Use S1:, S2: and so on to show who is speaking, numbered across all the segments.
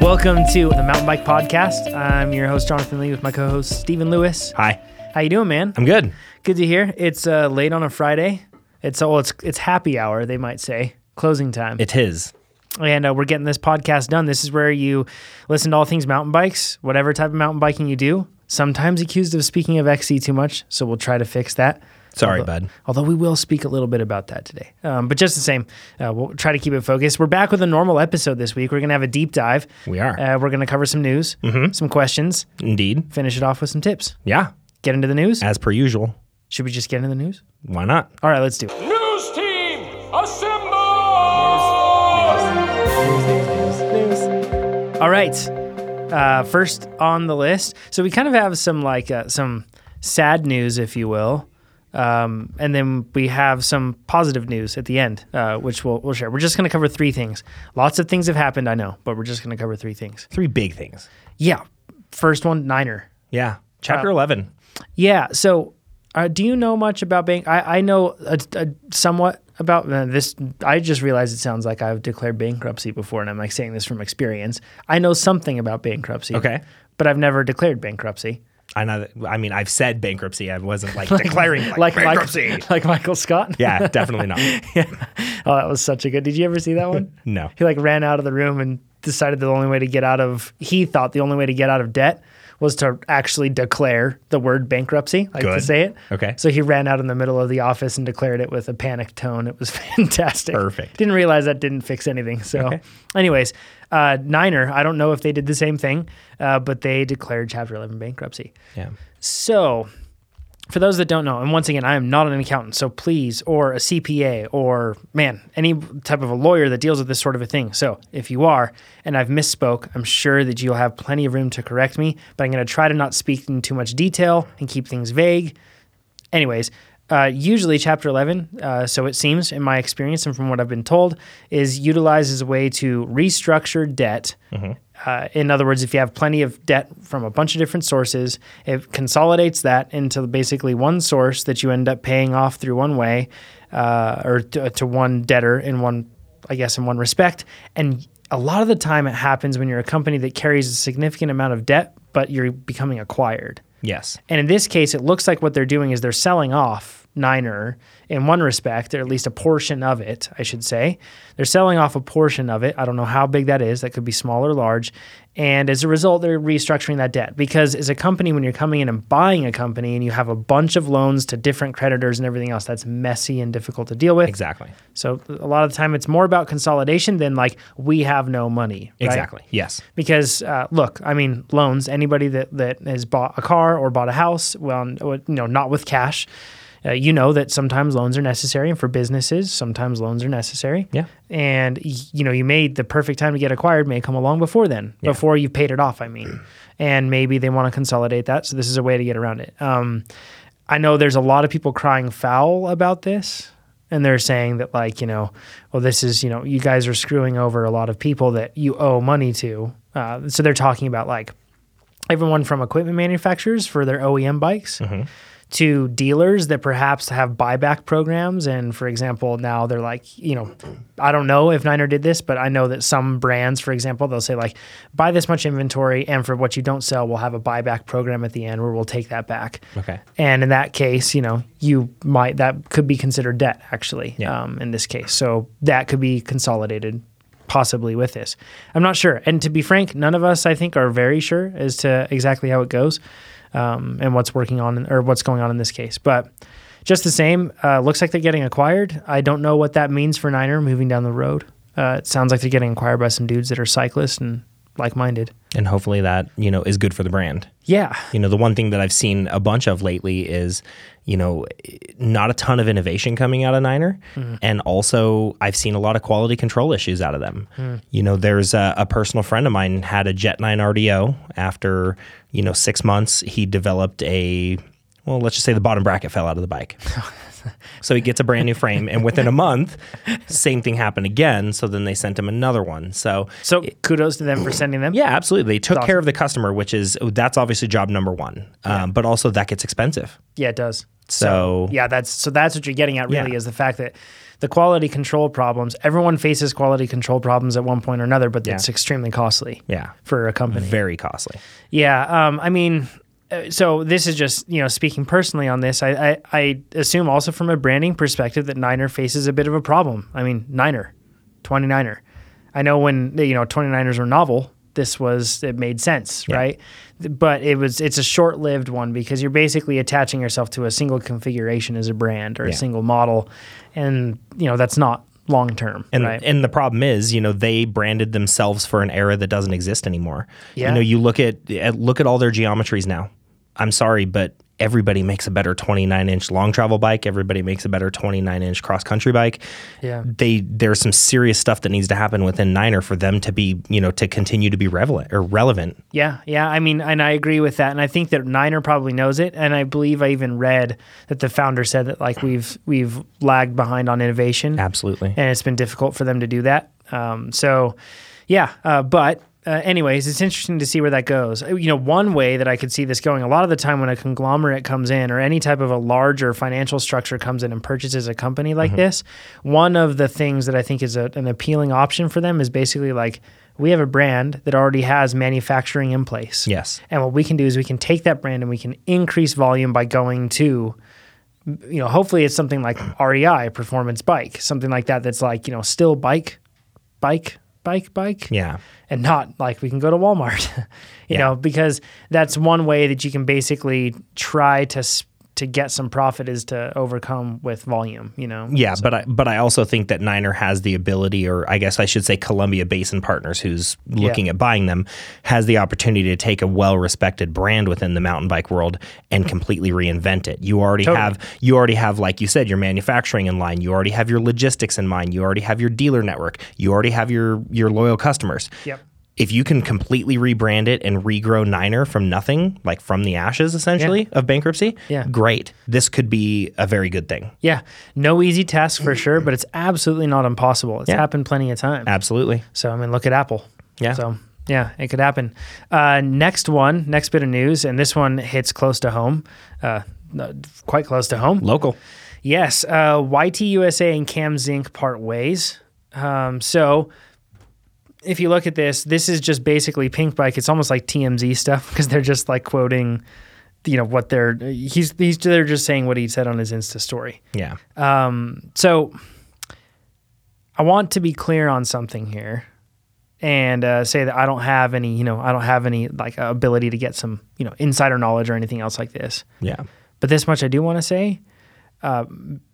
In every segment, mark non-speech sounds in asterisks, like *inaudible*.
S1: Welcome to the Mountain Bike Podcast. I'm your host Jonathan Lee with my co-host Stephen Lewis.
S2: Hi.
S1: How you doing, man?
S2: I'm good.
S1: Good to hear. It's uh, late on a Friday. It's oh, it's it's happy hour. They might say closing time.
S2: It is.
S1: and uh, we're getting this podcast done. This is where you listen to all things mountain bikes, whatever type of mountain biking you do. Sometimes accused of speaking of XC too much, so we'll try to fix that.
S2: Sorry,
S1: although,
S2: bud.
S1: Although we will speak a little bit about that today. Um, but just the same, uh, we'll try to keep it focused. We're back with a normal episode this week. We're going to have a deep dive.
S2: We are. Mm-hmm.
S1: Uh, we're going to cover some news, some questions,
S2: Indeed.
S1: finish it off with some tips.
S2: Yeah.
S1: Get into the news.
S2: As per usual.
S1: Should we just get into the news?
S2: Why not?
S1: All right, let's do it.
S3: News team, assemble!
S1: All right. Uh, first on the list. So we kind of have some like uh, some sad news, if you will. Um, and then we have some positive news at the end, uh, which we'll, we'll share. We're just going to cover three things. Lots of things have happened, I know, but we're just going to cover three things.
S2: Three big things.
S1: Yeah. First one, Niner.
S2: Yeah. Chapter 11.
S1: Yeah. So, uh, do you know much about Bang? I, I know a, a somewhat about uh, this. I just realized it sounds like I've declared bankruptcy before, and I'm like saying this from experience. I know something about bankruptcy.
S2: Okay.
S1: But I've never declared bankruptcy.
S2: I know that, I mean, I've said bankruptcy. I wasn't *laughs* like, declaring like,
S1: Like
S2: bankruptcy.
S1: *laughs* Like, like Michael Scott.
S2: yeah, *laughs* definitely not.
S1: Oh, that was such a good. Did you ever see that one?
S2: *laughs* No.
S1: He like ran out of the room and decided the only way to get out of he thought the only way to get out of debt was to actually declare the word bankruptcy, like to
S2: Good.
S1: say it.
S2: Okay.
S1: So he ran out in the middle of the office and declared it with a panicked tone. It was *laughs* fantastic.
S2: Perfect.
S1: Didn't realize that didn't fix anything. So, anyways, uh, Niner. I don't know if they did the same thing, uh, but they declared Chapter Eleven bankruptcy.
S2: Yeah.
S1: So, for those that don't know, and once again, I am not an accountant, so please, or a CPA, or man, any type of a lawyer that deals with this sort of a thing. So, if you are, and I've misspoke, I'm sure that you'll have plenty of room to correct me, but I'm going to try to not speak in too much detail and keep things vague. Anyways, uh, usually chapter 11, uh, so it seems in my experience and from what I've been told, is utilized as a way to restructure debt. Uh, in other words, if you have plenty of debt from a bunch of different sources, it consolidates that into basically one source that you end up paying off through one way uh, or to, to one debtor in one, I guess, in one respect. And a lot of the time it happens when you're a company that carries a significant amount of debt, but you're becoming acquired.
S2: Yes.
S1: And in this case, it looks like what they're doing is they're selling off Niner in one respect, or at least a portion of it, I should say. They're selling off a portion of it. I don't know how big that is. That could be small or large. And as a result, they're restructuring that debt because as a company, when you're coming in and buying a company and you have a bunch of loans to different creditors and everything else, that's messy and difficult to deal with.
S2: Exactly.
S1: So a lot of the time, it's more about consolidation than like we have no money. right?
S2: Exactly. Yes.
S1: because uh, look, I mean, loans. Anybody that that has bought a car or bought a house, well, n- you know, not with cash. Uh, you know that sometimes loans are necessary, and for businesses, sometimes loans are necessary.
S2: Yeah.
S1: And y- you know, you may the perfect time to get acquired may come along before then, before you've paid it off. I mean, and maybe they want to consolidate that, so this is a way to get around it. Um, I know there's a lot of people crying foul about this, and they're saying that like you know, well, this is you know, you guys are screwing over a lot of people that you owe money to. Uh, so they're talking about like everyone from equipment manufacturers for their OEM bikes to dealers that perhaps have buyback programs. And for example, now they're like, you know, I don't know if Niner did this, but I know that some brands, for example, they'll say like, buy this much inventory, and for what you don't sell, we'll have a buyback program at the end where we'll take that back.
S2: Okay.
S1: And in that case, you know, you might that could be considered debt actually.
S2: Yeah.
S1: Um, in this case, so that could be consolidated possibly with this. I'm not sure. And to be frank, none of us I think are very sure as to exactly how it goes um, and what's working on or what's going on in this case. But just the same, uh, looks like they're getting acquired. I don't know what that means for Niner moving down the road. Uh, it sounds like they're getting acquired by some dudes that are cyclists and like-minded.
S2: And hopefully that, you know, is good for the brand.
S1: Yeah.
S2: You know, the one thing that I've seen a bunch of lately is, you know, not a ton of innovation coming out of Niner. And also, I've seen a lot of quality control issues out of them. You know, there's a, a personal friend of mine had a Jet 9 RDO. After, you know, six months, he developed a, well, let's just say the bottom bracket fell out of the bike. So he gets a brand new frame, and within a month, same thing happened again. So then they sent him another one. So
S1: So kudos to them for sending them.
S2: yeah, absolutely. They took care of the customer, which is oh, that's obviously job number one. Um, but also that gets expensive.
S1: Yeah, it does.
S2: So
S1: yeah, that's so that's what you're getting at really
S2: Yeah.
S1: is the fact that the quality control problems. Everyone faces quality control problems at one point or another, but it's extremely costly
S2: Yeah.
S1: for a company.
S2: Very costly.
S1: Yeah, um, I mean, uh, so this is just you know speaking personally on this. I, I I assume also from a branding perspective that Niner faces a bit of a problem. I mean, Niner, 29er. I know when you know 29ers were novel. This was it made sense, right? But it was it's a short-lived one because you're basically attaching yourself to a single configuration as a brand or a
S2: Yeah.
S1: single model, and you know that's not long term,
S2: And,
S1: right?
S2: and the problem is, you know, they branded themselves for an era that doesn't exist anymore.
S1: Yeah.
S2: You know, you look at, at look at all their geometries now. I'm sorry, but everybody makes a better 29 inch long travel bike. Everybody makes a better 29 inch cross country bike.
S1: Yeah.
S2: They there's some serious stuff that needs to happen within Niner for them to be, you know, to continue to be relevant or relevant.
S1: Yeah, yeah. I mean, and I agree with that, and I think that Niner probably knows it. And I believe I even read that the founder said that like we've we've lagged behind on innovation,
S2: Absolutely.
S1: and it's been difficult for them to do that. Um, so, yeah. Uh, but uh, anyways, it's interesting to see where that goes. Uh, You know, one way that I could see this going a lot of the time when a conglomerate comes in or any type of a larger financial structure comes in and purchases a company like this, one of the things that I think is a, an appealing option for them is basically like. We have a brand that already has manufacturing in place.
S2: Yes.
S1: And what we can do is we can take that brand and we can increase volume by going to, you know, hopefully it's something like REI, performance bike, something like that that's like, you know, still bike, bike, bike, bike.
S2: Yeah.
S1: And not like we can go to Walmart, *laughs* you
S2: Yeah.
S1: know, because that's one way that you can basically try to s- to get some profit is to overcome with volume, you know.
S2: Yeah, but I but I also think that Niner has the ability, or I guess I should say Columbia Basin Partners, who's looking at buying them, has the opportunity to take a well respected brand within the mountain bike world and completely reinvent it. You already
S1: Totally.
S2: have you already have, like you said, your manufacturing in line, you already have your logistics in mind, you already have your dealer network, you already have your your loyal customers.
S1: Yep.
S2: If you can completely rebrand it and regrow Niner from nothing, like from the ashes essentially of bankruptcy,
S1: Yeah.
S2: great. This could be a very good thing.
S1: Yeah. No easy task for sure, but it's absolutely not impossible. It's happened plenty of times.
S2: Absolutely.
S1: So I mean, look at Apple.
S2: Yeah.
S1: So yeah, it could happen. Uh, next one, next bit of news, and this one hits close to home, uh, no, quite close to home.
S2: Local.
S1: Yes, uh, YTUSA and Cam Zink part ways. Um, so if you look at this, this is just basically Pink Bike. It's almost like TMZ stuff *laughs* because they're just like quoting, you know, what they're he's he's they're just saying what he said on his Insta story.
S2: Yeah.
S1: So I want to be clear on something here and uh, say that I don't have any, you know, I don't have any like uh, ability to get some, you know, insider knowledge or anything else like this.
S2: Yeah.
S1: But this much I do want to say. Uh,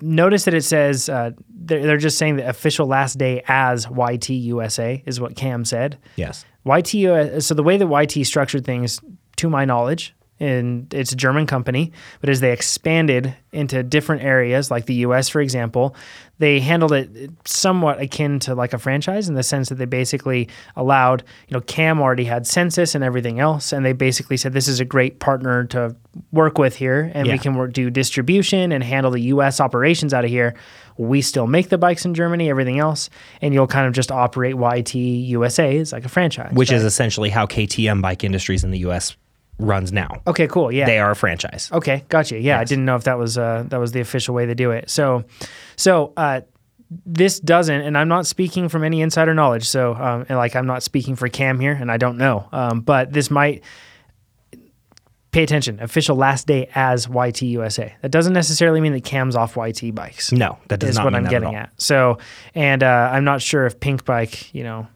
S1: notice that it says uh, they're, they're just saying the official last day as YTUSA is what Cam said.
S2: Yes.
S1: YT, uh, so the way that YT structured things, to my knowledge, and it's a German company, but as they expanded into different areas, like the US, for example, they handled it somewhat akin to like a franchise in the sense that they basically allowed, you know, Cam already had census and everything else, and they basically said, this is a great partner to work with here, and we
S2: Yeah.
S1: can work, do distribution and handle the US operations out of here. We still make the bikes in Germany, everything else, and you'll kind of just operate YT USA as like a franchise.
S2: Which
S1: right?
S2: is essentially how KTM Bike Industries in the US runs now.
S1: Okay, cool. Yeah.
S2: They are a franchise.
S1: Okay, gotcha. Yeah, I didn't know if that was uh, that was the official way they do it. So, so uh, this doesn't, and I'm not speaking from any insider knowledge. So, um, and like I'm not speaking for Cam here, and I don't know. Um, but this might pay attention. Official last day as YT USA. That doesn't necessarily mean that Cam's off YT bikes.
S2: No, that does
S1: is
S2: not
S1: what
S2: mean
S1: I'm
S2: that
S1: getting
S2: at, all.
S1: at. So, and uh, I'm not sure if Pink Bike, you know,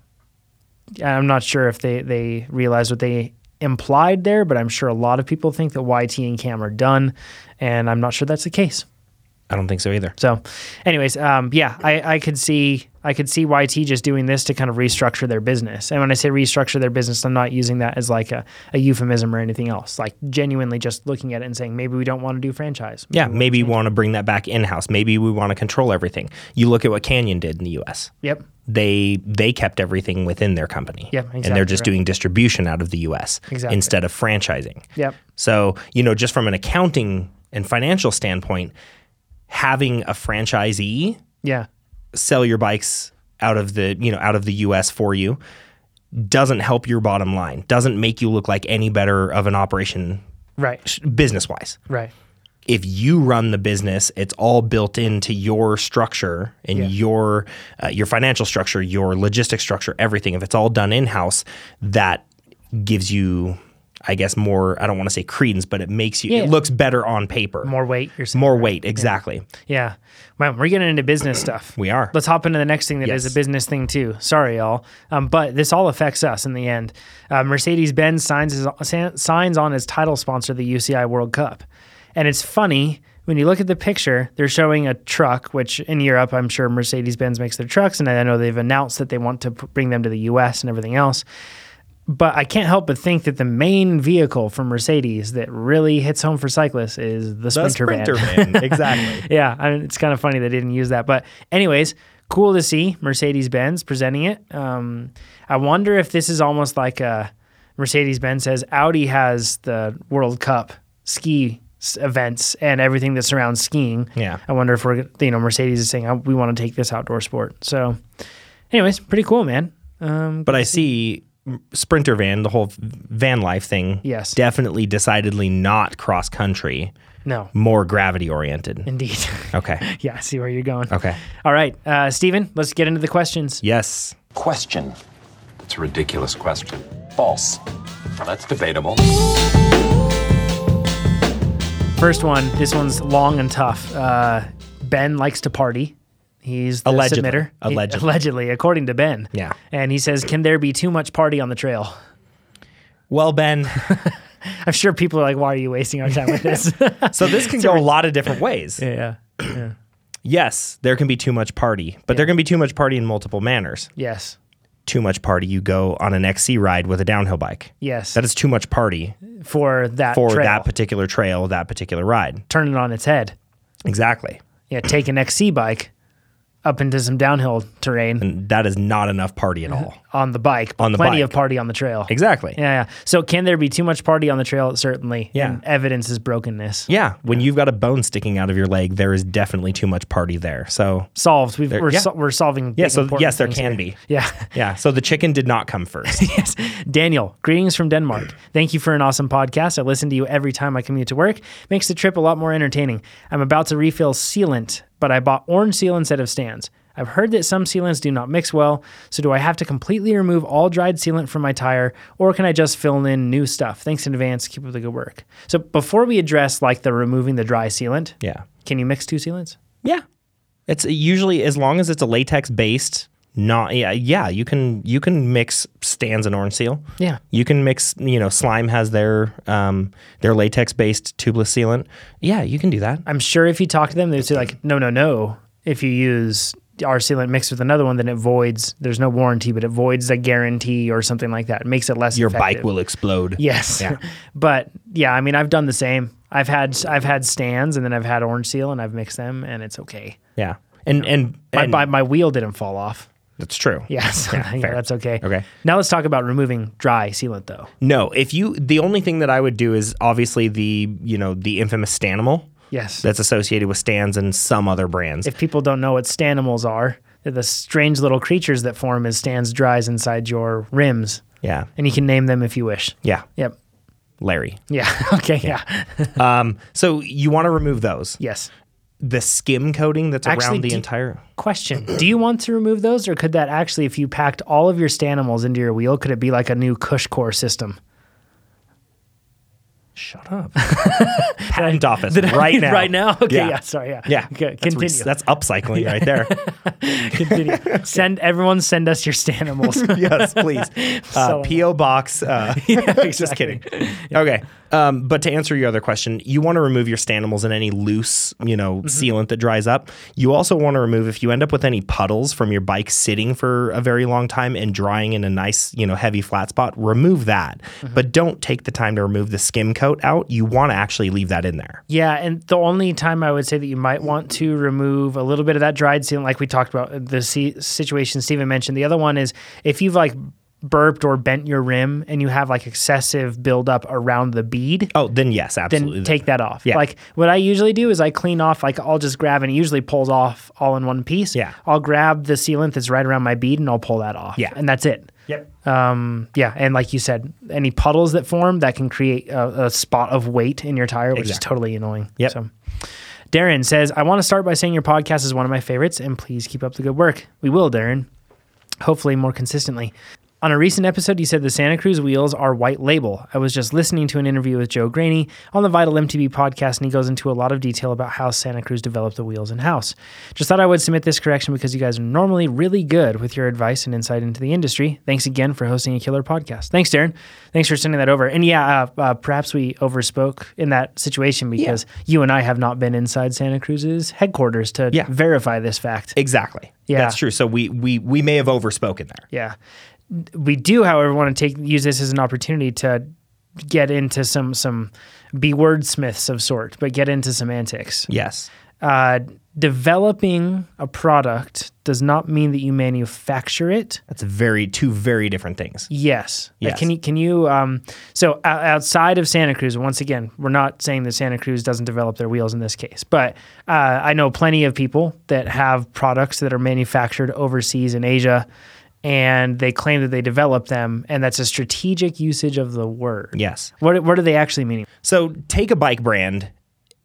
S1: I'm not sure if they they realize what they implied there, but I'm sure a lot of people think that YT and Cam are done, and I'm not sure that's the case.
S2: I don't think so either.
S1: So, anyways, um, yeah, I, I could see I could see YT just doing this to kind of restructure their business. And when I say restructure their business, I'm not using that as like a, a euphemism or anything else. Like genuinely just looking at it and saying maybe we don't want to do franchise.
S2: Yeah, maybe we want to bring that back in house. Maybe we want to control everything. You look at what Canyon did in the US.
S1: Yep.
S2: They they kept everything within their company.
S1: Yeah,
S2: And they're
S1: exactly
S2: just
S1: right.
S2: doing distribution out of the US
S1: Exactly.
S2: instead of franchising.
S1: Yep.
S2: So, you know, just from an accounting and financial standpoint, having a franchisee
S1: Yeah.
S2: sell your bikes out of the you know out of the US for you doesn't help your bottom line doesn't make you look like any better of an operation
S1: Right.
S2: business wise
S1: Right.
S2: if you run the business, it's all built into your structure and
S1: Yeah.
S2: your uh, your financial structure, your logistics structure, everything. If it's all done in house, that gives you, I guess, more. I don't want to say credence, but it makes you.
S1: Yeah.
S2: It looks better on paper.
S1: More weight. You're saying.
S2: More weight, exactly.
S1: Yeah. Wow, we're getting into business stuff.
S2: We are.
S1: Let's hop into the next thing that is
S2: Yes.
S1: a business thing too. Sorry, y'all. Um, but this all affects us in the end. Uh, Mercedes Benz signs his, sa- signs on as title sponsor of the UCI World Cup, and it's funny when you look at the picture. They're showing a truck, which in Europe, I'm sure Mercedes Benz makes their trucks, and I know they've announced that they want to p- bring them to the U.S. and everything else. But I can't help but think that the main vehicle from Mercedes that really hits home for cyclists is the
S2: The
S1: Sprinter, van.
S2: sprinter
S1: *laughs*
S2: van, exactly.
S1: yeah, I mean, it's kind of funny they didn't use that. But, anyways, cool to see Mercedes Benz presenting it. Um, I wonder if this is almost like a Mercedes Benz says Audi has the World Cup ski s- events and everything that surrounds skiing.
S2: Yeah.
S1: I wonder if we're, g- you know, Mercedes is saying "Oh, we want to take this outdoor sport. So, anyways, pretty cool, man. Um,
S2: But I see sprinter van, the whole van life thing.
S1: Yes.
S2: Definitely decidedly not cross country,
S1: no, *laughs*
S2: more gravity oriented.
S1: indeed.
S2: Okay.
S1: *laughs* yeah, I see where you're going.
S2: Okay.
S1: All right, uh, Steven, let's get into the questions.
S2: Yes.
S3: Question.
S4: It's a ridiculous question.
S3: False.
S4: Well, that's debatable.
S1: First one. This one's long and tough. Uh, ben likes to party. He's the
S2: Allegedly.
S1: submitter. He-
S2: Allegedly.
S1: allegedly, according to Ben.
S2: Yeah.
S1: And he says, "Can there be too much party on the trail?"
S2: Well, Ben,
S1: I'm sure people are like, "Why are you wasting our time
S2: *laughs*
S1: with this?"
S2: *laughs* so this can go a lot of different ways.
S1: yeah.
S2: Yes, there can be too much party, but there can be too much party in multiple manners.
S1: Yes.
S2: Too much party, you go on an XC ride with a downhill bike.
S1: Yes.
S2: That is too much party
S1: for that
S2: for
S1: trail.
S2: that particular trail, that particular ride.
S1: Turn it on its head.
S2: Exactly.
S1: Yeah. Take an XC bike up into some downhill terrain
S2: That is not enough party at all.
S1: on the bike. But
S2: On the
S1: plenty
S2: bike.
S1: of party on the trail.
S2: Exactly.
S1: Yeah, yeah. So, can there be too much party on the trail? Certainly.
S2: Yeah.
S1: And evidence is brokenness.
S2: Yeah, when you've got a bone sticking out of your leg, there is definitely too much party there. So,
S1: solved. We've, we're,
S2: yeah.
S1: so, we're solving.
S2: yeah,
S1: big,
S2: so
S1: important
S2: yes, there
S1: things
S2: can
S1: here.
S2: be.
S1: Yeah. *laughs*
S2: Yeah, so the chicken did not come *laughs* first.
S1: yes. Daniel, greetings
S2: *clears throat*
S1: from Denmark. Thank you for an awesome podcast. I listen to you every time I commute to work. Makes the trip a lot more entertaining. I'm about to refill sealant, but I bought orange sealant instead of stands. I've heard that some sealants do not mix well, so do I have to completely remove all dried sealant from my tire, or can I just fill in new stuff? Thanks in advance. Keep up the good work. So before we address like the removing the dry sealant,
S2: yeah.
S1: can you mix two sealants?
S2: Yeah. It's usually as long as it's a latex based, not yeah, yeah, you can you can mix stands and orange seal.
S1: Yeah.
S2: You can mix, you know, slime has their um their latex based tubeless sealant. Yeah, you can do that.
S1: I'm sure if you talk to them, they'd say like, no, no, no. If you use our sealant mixed with another one, then it voids. There's no warranty, but it voids a guarantee or something like that. It makes it less.
S2: Your
S1: effective.
S2: bike will explode.
S1: Yes.
S2: Yeah.
S1: *laughs* but yeah, I mean, I've done the same. I've had I've had stands, and then I've had orange seal, and I've mixed them, and it's okay.
S2: Yeah. And and,
S1: My
S2: and
S1: my, my wheel didn't fall off. *laughs*
S2: that's true.
S1: Yeah, so, yeah,
S2: fair.
S1: that's okay.
S2: Okay.
S1: Now let's talk about removing dry sealant, though.
S2: No, if you the only thing that I would do is obviously the, you know, the infamous stanimal.
S1: Yes.
S2: that's associated with stands and some other brands.
S1: if people don't know what stanimals are, they're the strange little creatures that form as stands dries inside your rims,
S2: yeah.
S1: and you can name them if you wish.
S2: Yeah.
S1: Yep.
S2: Larry.
S1: Yeah. *laughs* Okay. Yeah.
S2: So you want to remove those.
S1: Yes.
S2: The skim coating that's
S1: Actually,
S2: around the
S1: do-
S2: entire.
S1: Question: Do you want to remove those, or could that actually, if you packed all of your stanimals into your wheel, could it be like a new Cushcore system?
S2: Shut *laughs* up. Patent office right now.
S1: *laughs* right now. Okay. Yeah.
S2: Yeah.
S1: sorry. Yeah.
S2: Yeah.
S1: Okay,
S2: That's, re-
S1: continue. *laughs*
S2: that's upcycling right there.
S1: continue. Send everyone. Send us your *laughs*
S2: *laughs*
S1: stanimals.
S2: yes, please.
S1: So-
S2: Uh, P.O. Box.
S1: *laughs*
S2: Uh, *laughs* Just kidding. Okay. Um, but to answer your other question, you want to remove your stanimals and any loose, you know,
S1: Mm-hmm.
S2: sealant that dries up. You also want to remove if you end up with any puddles from your bike sitting for a very long time and drying in a nice, you know, heavy flat spot, remove that.
S1: Mm-hmm.
S2: But don't take the time to remove the skim coat out. You want to actually leave that in there.
S1: yeah. And the only time I would say that you might want to remove a little bit of that dried sealant, like we talked about uh, the se- situation Steven mentioned. The other one is if you've like burped or bent your rim and you have like excessive buildup around the bead.
S2: Oh, then yes,
S1: then
S2: absolutely.
S1: Mm, take that off.
S2: Yeah.
S1: Like what I usually do is I clean off, like I'll just grab and it usually pulls off all in one piece.
S2: Yeah.
S1: I'll grab the sealant that's right around my bead and I'll pull that off.
S2: Yeah.
S1: And that's it.
S2: Yep.
S1: Um, yeah. And like you said, any puddles that form that can create a, a spot of weight in your tire, which is
S2: Exactly.
S1: totally annoying.
S2: Yep.
S1: So, Darren says, I want to start by saying your podcast is one of my favorites, and please keep up the good work. We will, Darren. Hopefully, more consistently. On a recent episode, you said the Santa Cruz wheels are white label. I was just listening to an interview with Joe Graney on the Vital MTB podcast, and he goes into a lot of detail about how Santa Cruz developed the wheels in house. Just thought I would submit this correction because you guys are normally really good with your advice and insight into the industry. Thanks again for hosting a killer podcast. Thanks, Darren. Thanks for sending that over. And yeah, uh, uh, perhaps we overspoke in that situation because you and I have not been inside Santa Cruz's headquarters to
S2: Yeah.
S1: verify this fact.
S2: Exactly.
S1: Yeah.
S2: That's true. So we we we may have overspoken there.
S1: Yeah. We do, however, want to take use this as an opportunity to get into some some be wordsmiths of sort, but get into semantics.
S2: Yes.
S1: Uh, developing a product does not mean that you manufacture it.
S2: That's very two very different things.
S1: Yes. Like,
S2: Yes.
S1: can you can you um, so o- outside of Santa Cruz? Once again, we're not saying that Santa Cruz doesn't develop their wheels in this case, but uh, I know plenty of people that have products that are manufactured overseas in Asia, and they claim that they develop them, and that's a strategic usage of the word.
S2: Yes.
S1: What what are they actually meaning?
S2: So take a bike brand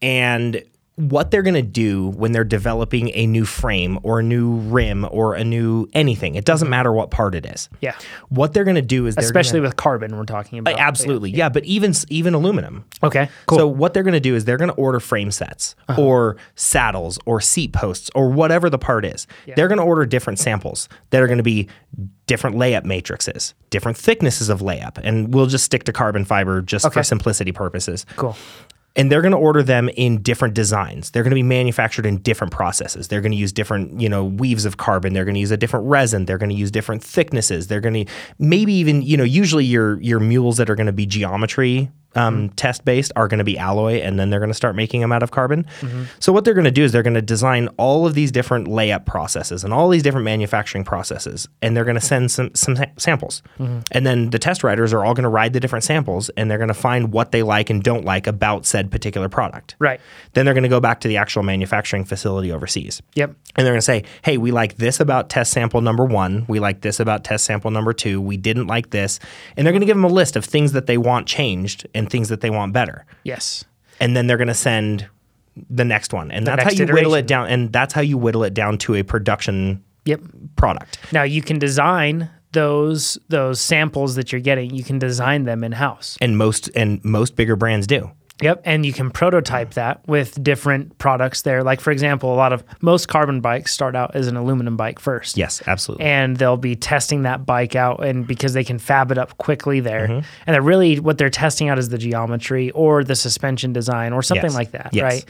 S2: and what they're going to do when they're developing a new frame or a new rim or a new anything. It doesn't matter what part it is.
S1: Yeah.
S2: What they're going to do is they're
S1: Especially
S2: gonna-
S1: with carbon, we're talking about.
S2: Absolutely. Yeah, but even s- even aluminum.
S1: Okay. Cool. Uh-huh.
S2: So what they're going to do is they're going to order frame sets or saddles or seat posts or whatever the part is. They're going to order different samples that are going to be different layup matrices, different thicknesses of layup, and we'll just stick to carbon fiber just
S1: Okay.
S2: for simplicity purposes.
S1: cool.
S2: And they're going to order them in different designs. They're going to be manufactured in different processes. They're going to use different, you know, weaves of carbon. They're going to use a different resin. They're going to use different thicknesses. They're going to maybe even, you know, usually your your mules that are going to be geometry um, test based are going to be alloy, and then they're going to start making them out of carbon. So what they're going to do is they're going to design all of these different layup processes and all these different manufacturing processes, and they're going to send some some sa- samples, and then the test riders are all going to ride the different samples, and they're going to find what they like and don't like about said particular product.
S1: Right.
S2: Then they're going to go back to the actual manufacturing facility overseas.
S1: Yep.
S2: And they're going to say, hey, we like this about test sample number one. We like this about test sample number two. We didn't like this. And they're going to give them a list of things that they want changed and things that they want better.
S1: Yes.
S2: And then they're going to send the next one. And that's how
S1: next
S2: you whittle
S1: iteration.
S2: it down. And that's how you whittle it down to a production
S1: Yep.
S2: product.
S1: Now you can design those those samples that you're getting. You can design them in house.
S2: And most and most bigger brands do.
S1: Yep, and you can prototype that with different products there. Like for example, a lot of most carbon bikes start out as an aluminum bike first.
S2: Yes, absolutely.
S1: And they'll be testing that bike out, and because they can fab it up quickly there,
S2: Mm-hmm.
S1: and they're really what they're testing out is the geometry or the suspension design or something
S2: Yes.
S1: like that,
S2: Yes.
S1: right?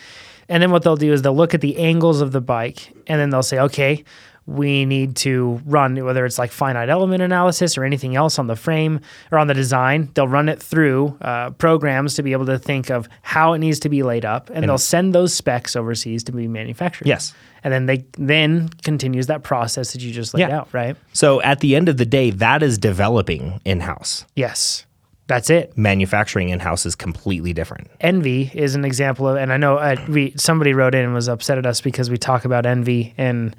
S1: And then what they'll do is they'll look at the angles of the bike and then they'll say, okay, we need to run, whether it's like finite element analysis or anything else on the frame or on the design, they'll run it through uh, programs to be able to think of how it needs to be laid up and, they'll send those specs overseas to be manufactured.
S2: Yes.
S1: And then they then continues that process that you just laid
S2: Yeah.
S1: out, right?
S2: so at the end of the day, that is developing in house.
S1: Yes. That's it.
S2: Manufacturing in house is completely different.
S1: envy is an example of, and I know uh, we somebody wrote in and was upset at us because we talk about envy, and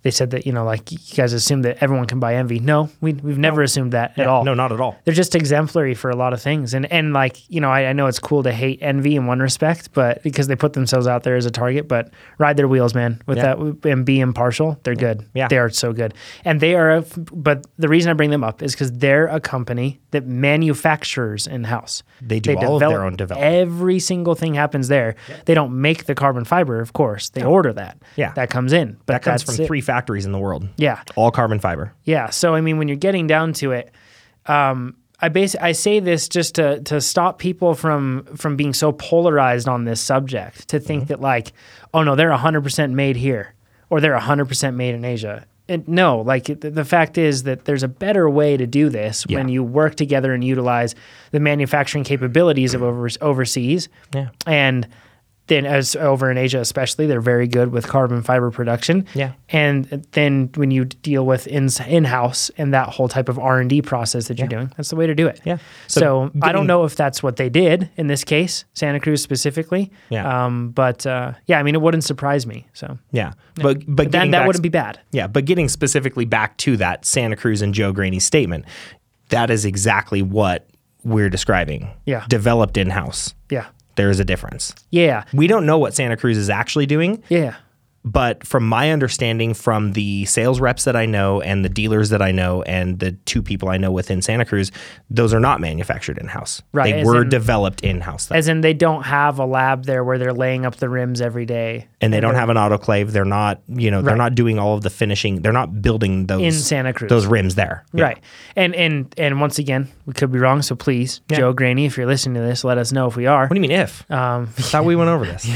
S1: they said that you know like you guys assume that everyone can buy envy. No, we we've never assumed that at all.
S2: No, not at all.
S1: They're just exemplary for a lot of things, and and like you know I, I know it's cool to hate envy in one respect, but because they put themselves out there as a target, but ride their wheels, man, with
S2: Yeah.
S1: that and be impartial. They're good.
S2: Yeah.
S1: they are so good, and they are. a f but the reason I bring them up is because they're a company that manufactures in house
S2: They do all of their own development.
S1: Every single thing happens there. They don't make the carbon fiber, of course. They order that.
S2: Yeah.
S1: that comes in. But
S2: That comes
S1: that's
S2: from
S1: it.
S2: three factories in the world.
S1: Yeah,
S2: All carbon fiber.
S1: yeah. So I mean, when you're getting down to it, um, I base I say this just to to stop people from from being so polarized on this subject to
S2: Mm-hmm.
S1: think that like, oh no, they're 100% made here or they're 100% made in Asia. And no, like it- the, the fact is that there's a better way to do this when
S2: Yeah.
S1: you work together and utilize the manufacturing capabilities of over, overseas.
S2: Yeah.
S1: And then as over in Asia especially, they're very good with carbon fiber production.
S2: Yeah.
S1: And then when you deal with in in house and that whole type of R and D process that you're doing, that's the way to do it.
S2: Yeah.
S1: So,
S2: So
S1: I don't
S2: getting-
S1: know if that's what they did in this case, Santa Cruz specifically.
S2: Yeah.
S1: Um, but uh, yeah, I mean, it wouldn't surprise me. So
S2: Yeah. But but,
S1: then
S2: getting
S1: that
S2: back-
S1: wouldn't be bad.
S2: Yeah, but getting specifically back to that Santa Cruz and Joe Graney statement, that is exactly what we're describing.
S1: Yeah.
S2: Developed in house.
S1: Yeah.
S2: There's a difference.
S1: Yeah.
S2: We don't know what Santa Cruz is actually doing,
S1: Yeah.
S2: but from my understanding from the sales reps that I know and the dealers that I know and the two people I know within Santa Cruz, those are not manufactured in-house.
S1: Right,
S2: They
S1: as
S2: were
S1: in-
S2: developed in-house. though.
S1: As in, they don't have a lab there where they're laying up the rims every day
S2: and they don't have an autoclave. They're not, you know, they're
S1: Right.
S2: not doing all of the finishing. They're not building those
S1: in Santa Cruz.
S2: those rims there. Yeah.
S1: Right. And and and once again, we could be wrong, so please, Joe Graney, if you're listening to this, let us know if we are.
S2: What do you mean if? Um, I thought we went over
S1: *laughs*
S2: this.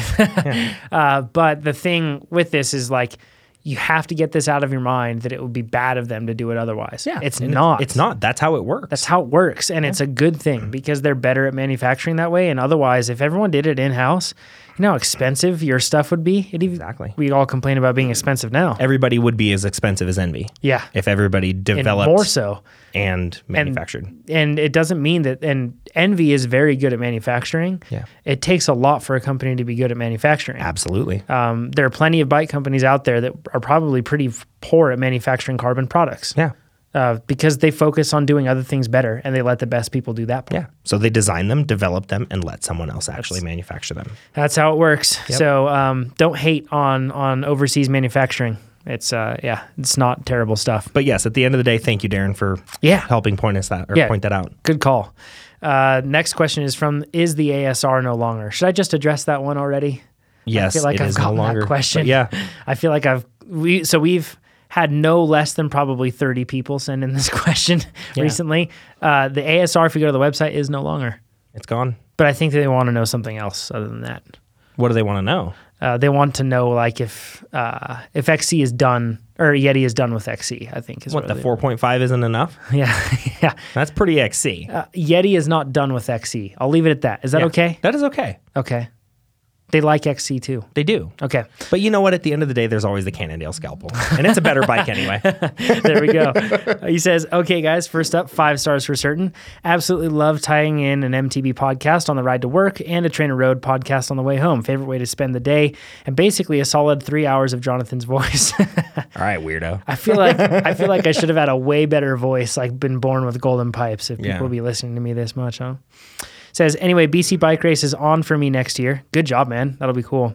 S1: Uh, but the thing with this is like you have to get this out of your mind that it would be bad of them to do it otherwise. Yeah. It's
S2: And
S1: not.
S2: It's not. Mm-hmm. That's how it works.
S1: That's how it works. And it's a good thing because they're better at manufacturing that way. And otherwise, if everyone did it in house, you know how expensive your stuff would be? It even,
S2: Exactly.
S1: We all complain about being expensive now.
S2: everybody would be as expensive as envy.
S1: Yeah.
S2: If everybody
S1: And
S2: developed
S1: more so.
S2: and manufactured.
S1: and it doesn't mean that and envy is very good at manufacturing
S2: Yeah.
S1: it takes a lot for a company to be good at manufacturing
S2: Absolutely.
S1: um, there are plenty of bike companies out there that are probably pretty f- poor at manufacturing carbon products
S2: yeah.
S1: uh, because they focus on doing other things better and they let the best people do that part.
S2: Yeah. So they design them, develop them, and let someone else actually manufacture them.
S1: that's how it works so um, don't hate on on overseas manufacturing it's uh yeah it's not terrible stuff
S2: But yes, at the end of the day, thank you, Darren, for
S1: Yeah.
S2: helping point us that or
S1: Yeah.
S2: point that out.
S1: Good call. Uh, next question is from Is the ASR no longer? Should I just address that one already?
S2: Yes,
S1: I feel like
S2: it
S1: I've
S2: is no
S1: gotten
S2: longer-
S1: that
S2: but
S1: question.
S2: yeah.
S1: *laughs* I feel like I've we so we've had no less than probably 30 people send in this *laughs* question recently. Uh, the ASR, if you go to the website, is no longer.
S2: It's gone.
S1: But I think they want to know something else other than that.
S2: What do they want to know?
S1: Uh, they want to know like if uh, if XC is done or Yeti is done with XC. I think is
S2: What the four point five isn't enough?
S1: They, yeah, *laughs* yeah.
S2: That's pretty XC.
S1: Uh, Yeti is not done with XC. I'll leave it at that. Is that
S2: Yeah.
S1: Uh, okay?
S2: That is okay.
S1: Okay. They like XC too.
S2: They do.
S1: Okay.
S2: But you know what? At the end of the day, there's always the Cannondale scalpel, and it's a better bike
S1: *laughs*
S2: anyway.
S1: There we go. Uh, he says, okay, guys, first up, five stars for certain. Absolutely love tying in an MTB podcast on the ride to work and a Trainer Road podcast on the way home. Favorite way to spend the day, and basically a solid three hours of Jonathan's voice. *laughs*
S2: All right, weirdo.
S1: I feel like I feel like I should have had a way better voice, like been born with golden pipes. If people
S2: Yeah.
S1: would be listening to me this much, huh? Says anyway, BC bike race is on for me next year. Good job, man. That'll be cool.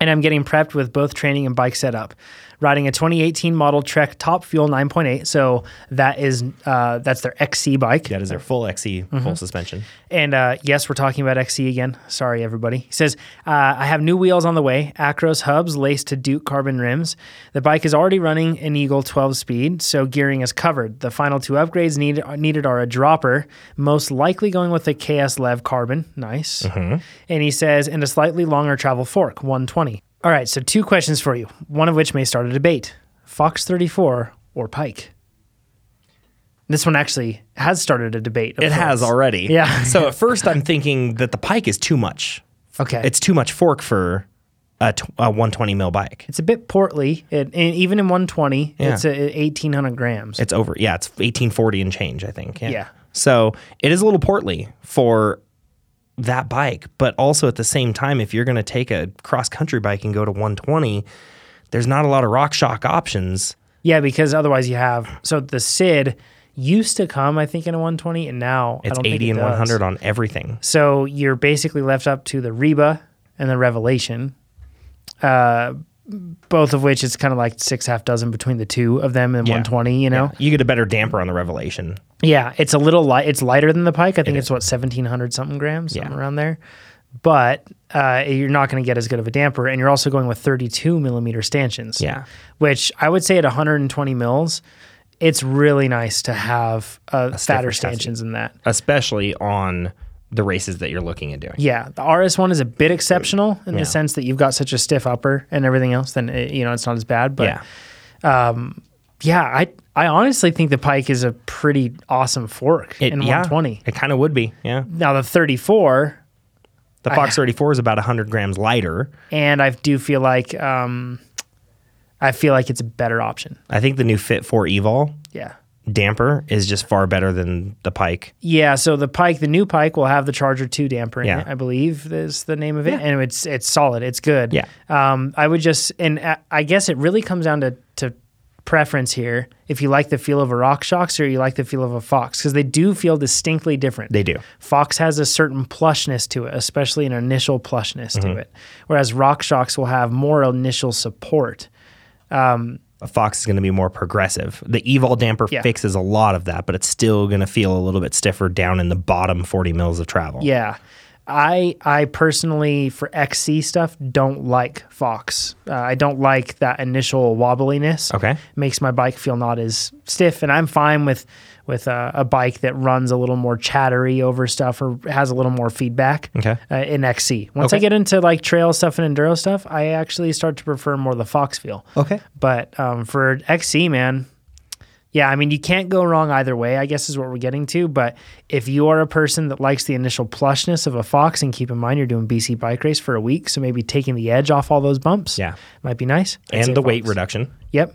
S1: And I'm getting prepped with both training and bike setup. Riding a 2018 model Trek Top Fuel 9.8, so that is uh, that's their XC bike.
S2: That is their full XC,
S1: Mm-hmm.
S2: full suspension.
S1: And uh, yes, we're talking about XC again. Sorry, everybody. He says, uh, I have new wheels on the way, Acros hubs laced to Duke carbon rims. The bike is already running an Eagle 12 speed, so gearing is covered. The final two upgrades need, needed are a dropper, most likely going with a KS Lev carbon. Nice.
S2: Mm-hmm.
S1: And he says, and a slightly longer travel fork, 120. All right, so two questions for you, one of which may start a debate Fox 34 or Pike? This one actually has started a debate. of
S2: It has
S1: sorts.
S2: already.
S1: Yeah.
S2: So at first, I'm thinking that the Pike is too much.
S1: Okay.
S2: It's too much fork for a, t- a 120 mil bike.
S1: It's a bit portly, it, and even in 120,
S2: Yeah.
S1: it's a, 1800 grams.
S2: It's over. Yeah, it's 1840 and change, I think. Yeah.
S1: Yeah.
S2: So it is a little portly for that bike, but also at the same time, if you're going to take a cross country bike and go to 120, there's not a lot of rock shock options.
S1: yeah, because otherwise you have so the Sid used to come, I think, in a 120, and now I
S2: It's
S1: don't
S2: 80
S1: think
S2: and
S1: it does.
S2: 100 on everything.
S1: So you're basically left up to the Reba and the Revelation, uh, both of which it's kind of like six half dozen between the two of them in 120. You know,
S2: You get a better damper on the Revelation.
S1: Yeah, it's a little light. It's lighter than the Pike. I think it's what seventeen hundred something grams, something around there. But uh, you're not going to get as good of a damper, and you're also going with thirty-two millimeter stanchions.
S2: Yeah.
S1: which I would say at one hundred and twenty mils, it's really nice to have uh, fatter
S2: chassis.
S1: stanchions than that.
S2: especially on the races that you're looking at doing.
S1: Yeah, the RS one is a bit exceptional in
S2: Yeah.
S1: the sense that you've got such a stiff upper and everything else. Then it, you know it's not as bad. But yeah. I I honestly think the Pike is a pretty awesome fork
S2: It,
S1: in
S2: yeah,
S1: one twenty.
S2: It kind of would be. Yeah.
S1: Now the thirty-four.
S2: The Fox 34 is about 100 grams lighter.
S1: and I do feel like um, I feel like it's a better option.
S2: I think the new Fit 4 Evol
S1: Yeah,
S2: damper is just far better than the Pike.
S1: yeah. So the Pike, the new Pike, will have the Charger Two damper in
S2: Yeah.
S1: it, I believe is the name of it, and it's it's solid. It's good.
S2: Yeah.
S1: Um, I would just and I- I guess it really comes down to to preference here if you like the feel of a RockShox or you like the feel of a Fox because they do feel distinctly different.
S2: They do.
S1: Fox has a certain plushness to it, especially an initial plushness
S2: Mm-hmm.
S1: to it, whereas RockShox will have more initial support.
S2: A Fox is going to be more progressive. The Evol damper
S1: Yeah.
S2: fixes a lot of that, but it's still going to feel a little bit stiffer down in the bottom 40 mils of travel.
S1: Yeah. I I personally for XC stuff don't like Fox. Uh, I don't like that initial wobbliness.
S2: Okay.
S1: makes my bike feel not as stiff, and I'm fine with with uh, a bike that runs a little more chattery over stuff or has a little more feedback.
S2: Okay.
S1: uh, in XC. Once I
S2: Okay.
S1: get into like trail stuff and enduro stuff, I actually start to prefer more the Fox feel.
S2: Okay.
S1: But um, for XC, man, yeah, I mean, you can't go wrong either way, I guess is what we're getting to. But if you are a person that likes the initial plushness of a Fox, and keep in mind you're doing BC bike race for a week, so maybe taking the edge off all those bumps
S2: Yeah.
S1: might be nice. I'd say
S2: And the weight
S1: Fox.
S2: reduction.
S1: Yep.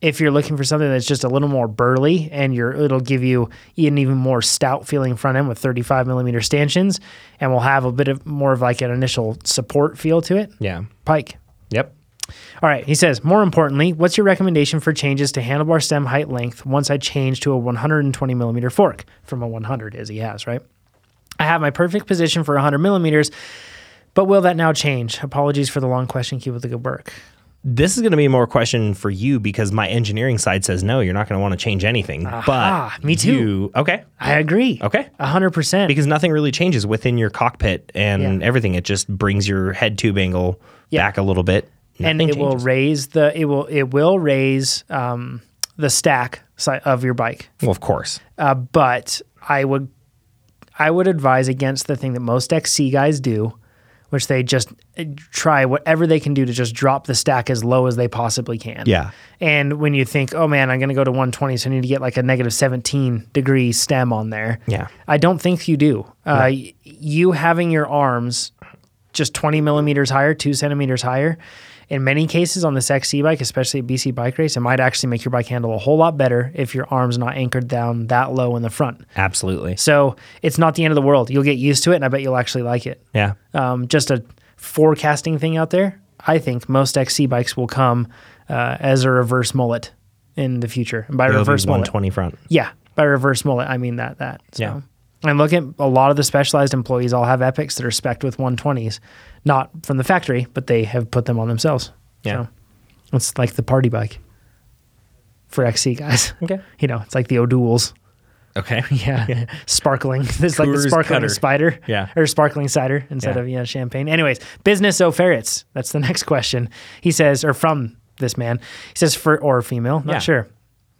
S1: If you're looking for something that's just a little more burly and you're, it'll give you an even more stout feeling front end with 35 millimeter stanchions and will have a bit of more of like an initial support feel to it.
S2: Yeah.
S1: Pike.
S2: Yep.
S1: All right. He says, more importantly, what's your recommendation for changes to handlebar stem height length once I change to a 120 millimeter fork from a 100 as he has, right? I have my perfect position for 100 millimeters, but will that now change? Apologies for the long question. Keep with the good work.
S2: This is going to be more question for you because my engineering side says no, you're not going to want to change anything.
S1: Aha,
S2: but
S1: me too.
S2: you- okay.
S1: I agree.
S2: Okay.
S1: 100%.
S2: Because nothing really changes within your cockpit and
S1: Yeah.
S2: everything. It just brings your head tube angle
S1: Yeah.
S2: back a little bit.
S1: and it
S2: Nothing
S1: will
S2: changes.
S1: raise the it will it will raise um, the stack si- of your bike.
S2: Well, of course.
S1: Uh, but I would I would advise against the thing that most XC guys do, which they just uh, try whatever they can do to just drop the stack as low as they possibly can.
S2: Yeah.
S1: And when you think, oh man, I'm going to go to 120, so I need to get like a negative 17 degree stem on there.
S2: Yeah.
S1: I don't think you do. Uh, y- You having your arms just 20 millimeters higher, two centimeters higher, in many cases on this XC bike, especially at BC Bike Race, it might actually make your bike handle a whole lot better if your arm's not anchored down that low in the front.
S2: Absolutely.
S1: So it's not the end of the world. You'll get used to it, and I bet you'll actually like it.
S2: Yeah.
S1: Um, just a forecasting thing out there. I think most XC bikes will come uh, as a reverse mullet in the future. And by
S2: It'll be
S1: reverse mullet,
S2: 120 front.
S1: yeah, by reverse mullet, I mean that that. So.
S2: Yeah.
S1: And look at a lot of the specialized employees all have epics that are spec'd with 120s, not from the factory, but they have put them on themselves.
S2: Yeah.
S1: So it's like the party bike for XC guys.
S2: Okay.
S1: *laughs* You know, it's like the O'Douls.
S2: Okay.
S1: Yeah. sparkling. *laughs* It's like the
S2: Coors
S1: sparkling
S2: Cutter.
S1: spider.
S2: Yeah.
S1: Or sparkling cider instead
S2: Yeah.
S1: of yeah, champagne. Anyways, business o ferrets. That's the *laughs* next question. He says, or from this man. He says for or female, not
S2: Yeah.
S1: sure.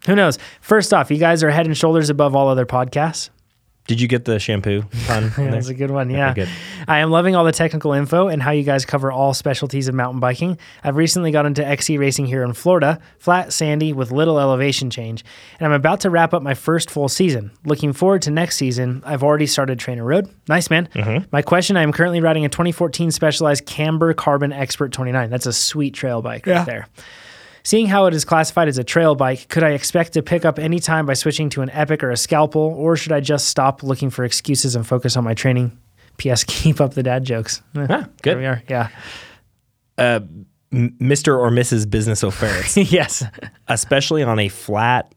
S1: Who knows? First off, you guys are head and shoulders above all other podcasts.
S2: *laughs* Did you get the shampoo pun? in
S1: That's
S2: there?
S1: a good one. *laughs* Yeah.
S2: good.
S1: I am loving all the technical info and how you guys cover all specialties of mountain biking. I've recently got into XC racing here in Florida, flat, sandy, with little elevation change. And I'm about to wrap up my first full season. Looking forward to next season. I've already started Trainer Road. Nice, man.
S2: Mm-hmm.
S1: My question I am currently riding a 2014 Specialized Camber Carbon Expert 29. That's a sweet trail bike right there. Seeing how it is classified as a trail bike, could I expect to pick up any time by switching to an Epic or a Scalpel, or should I just stop looking for excuses and focus on my training? P.S. *laughs* Keep up the dad jokes. Eh,
S2: Ah,
S1: there
S2: good.
S1: we are. Yeah.
S2: M- Mr. or Mrs. Business O'Ferris,
S1: *laughs* yes.
S2: especially on a flat,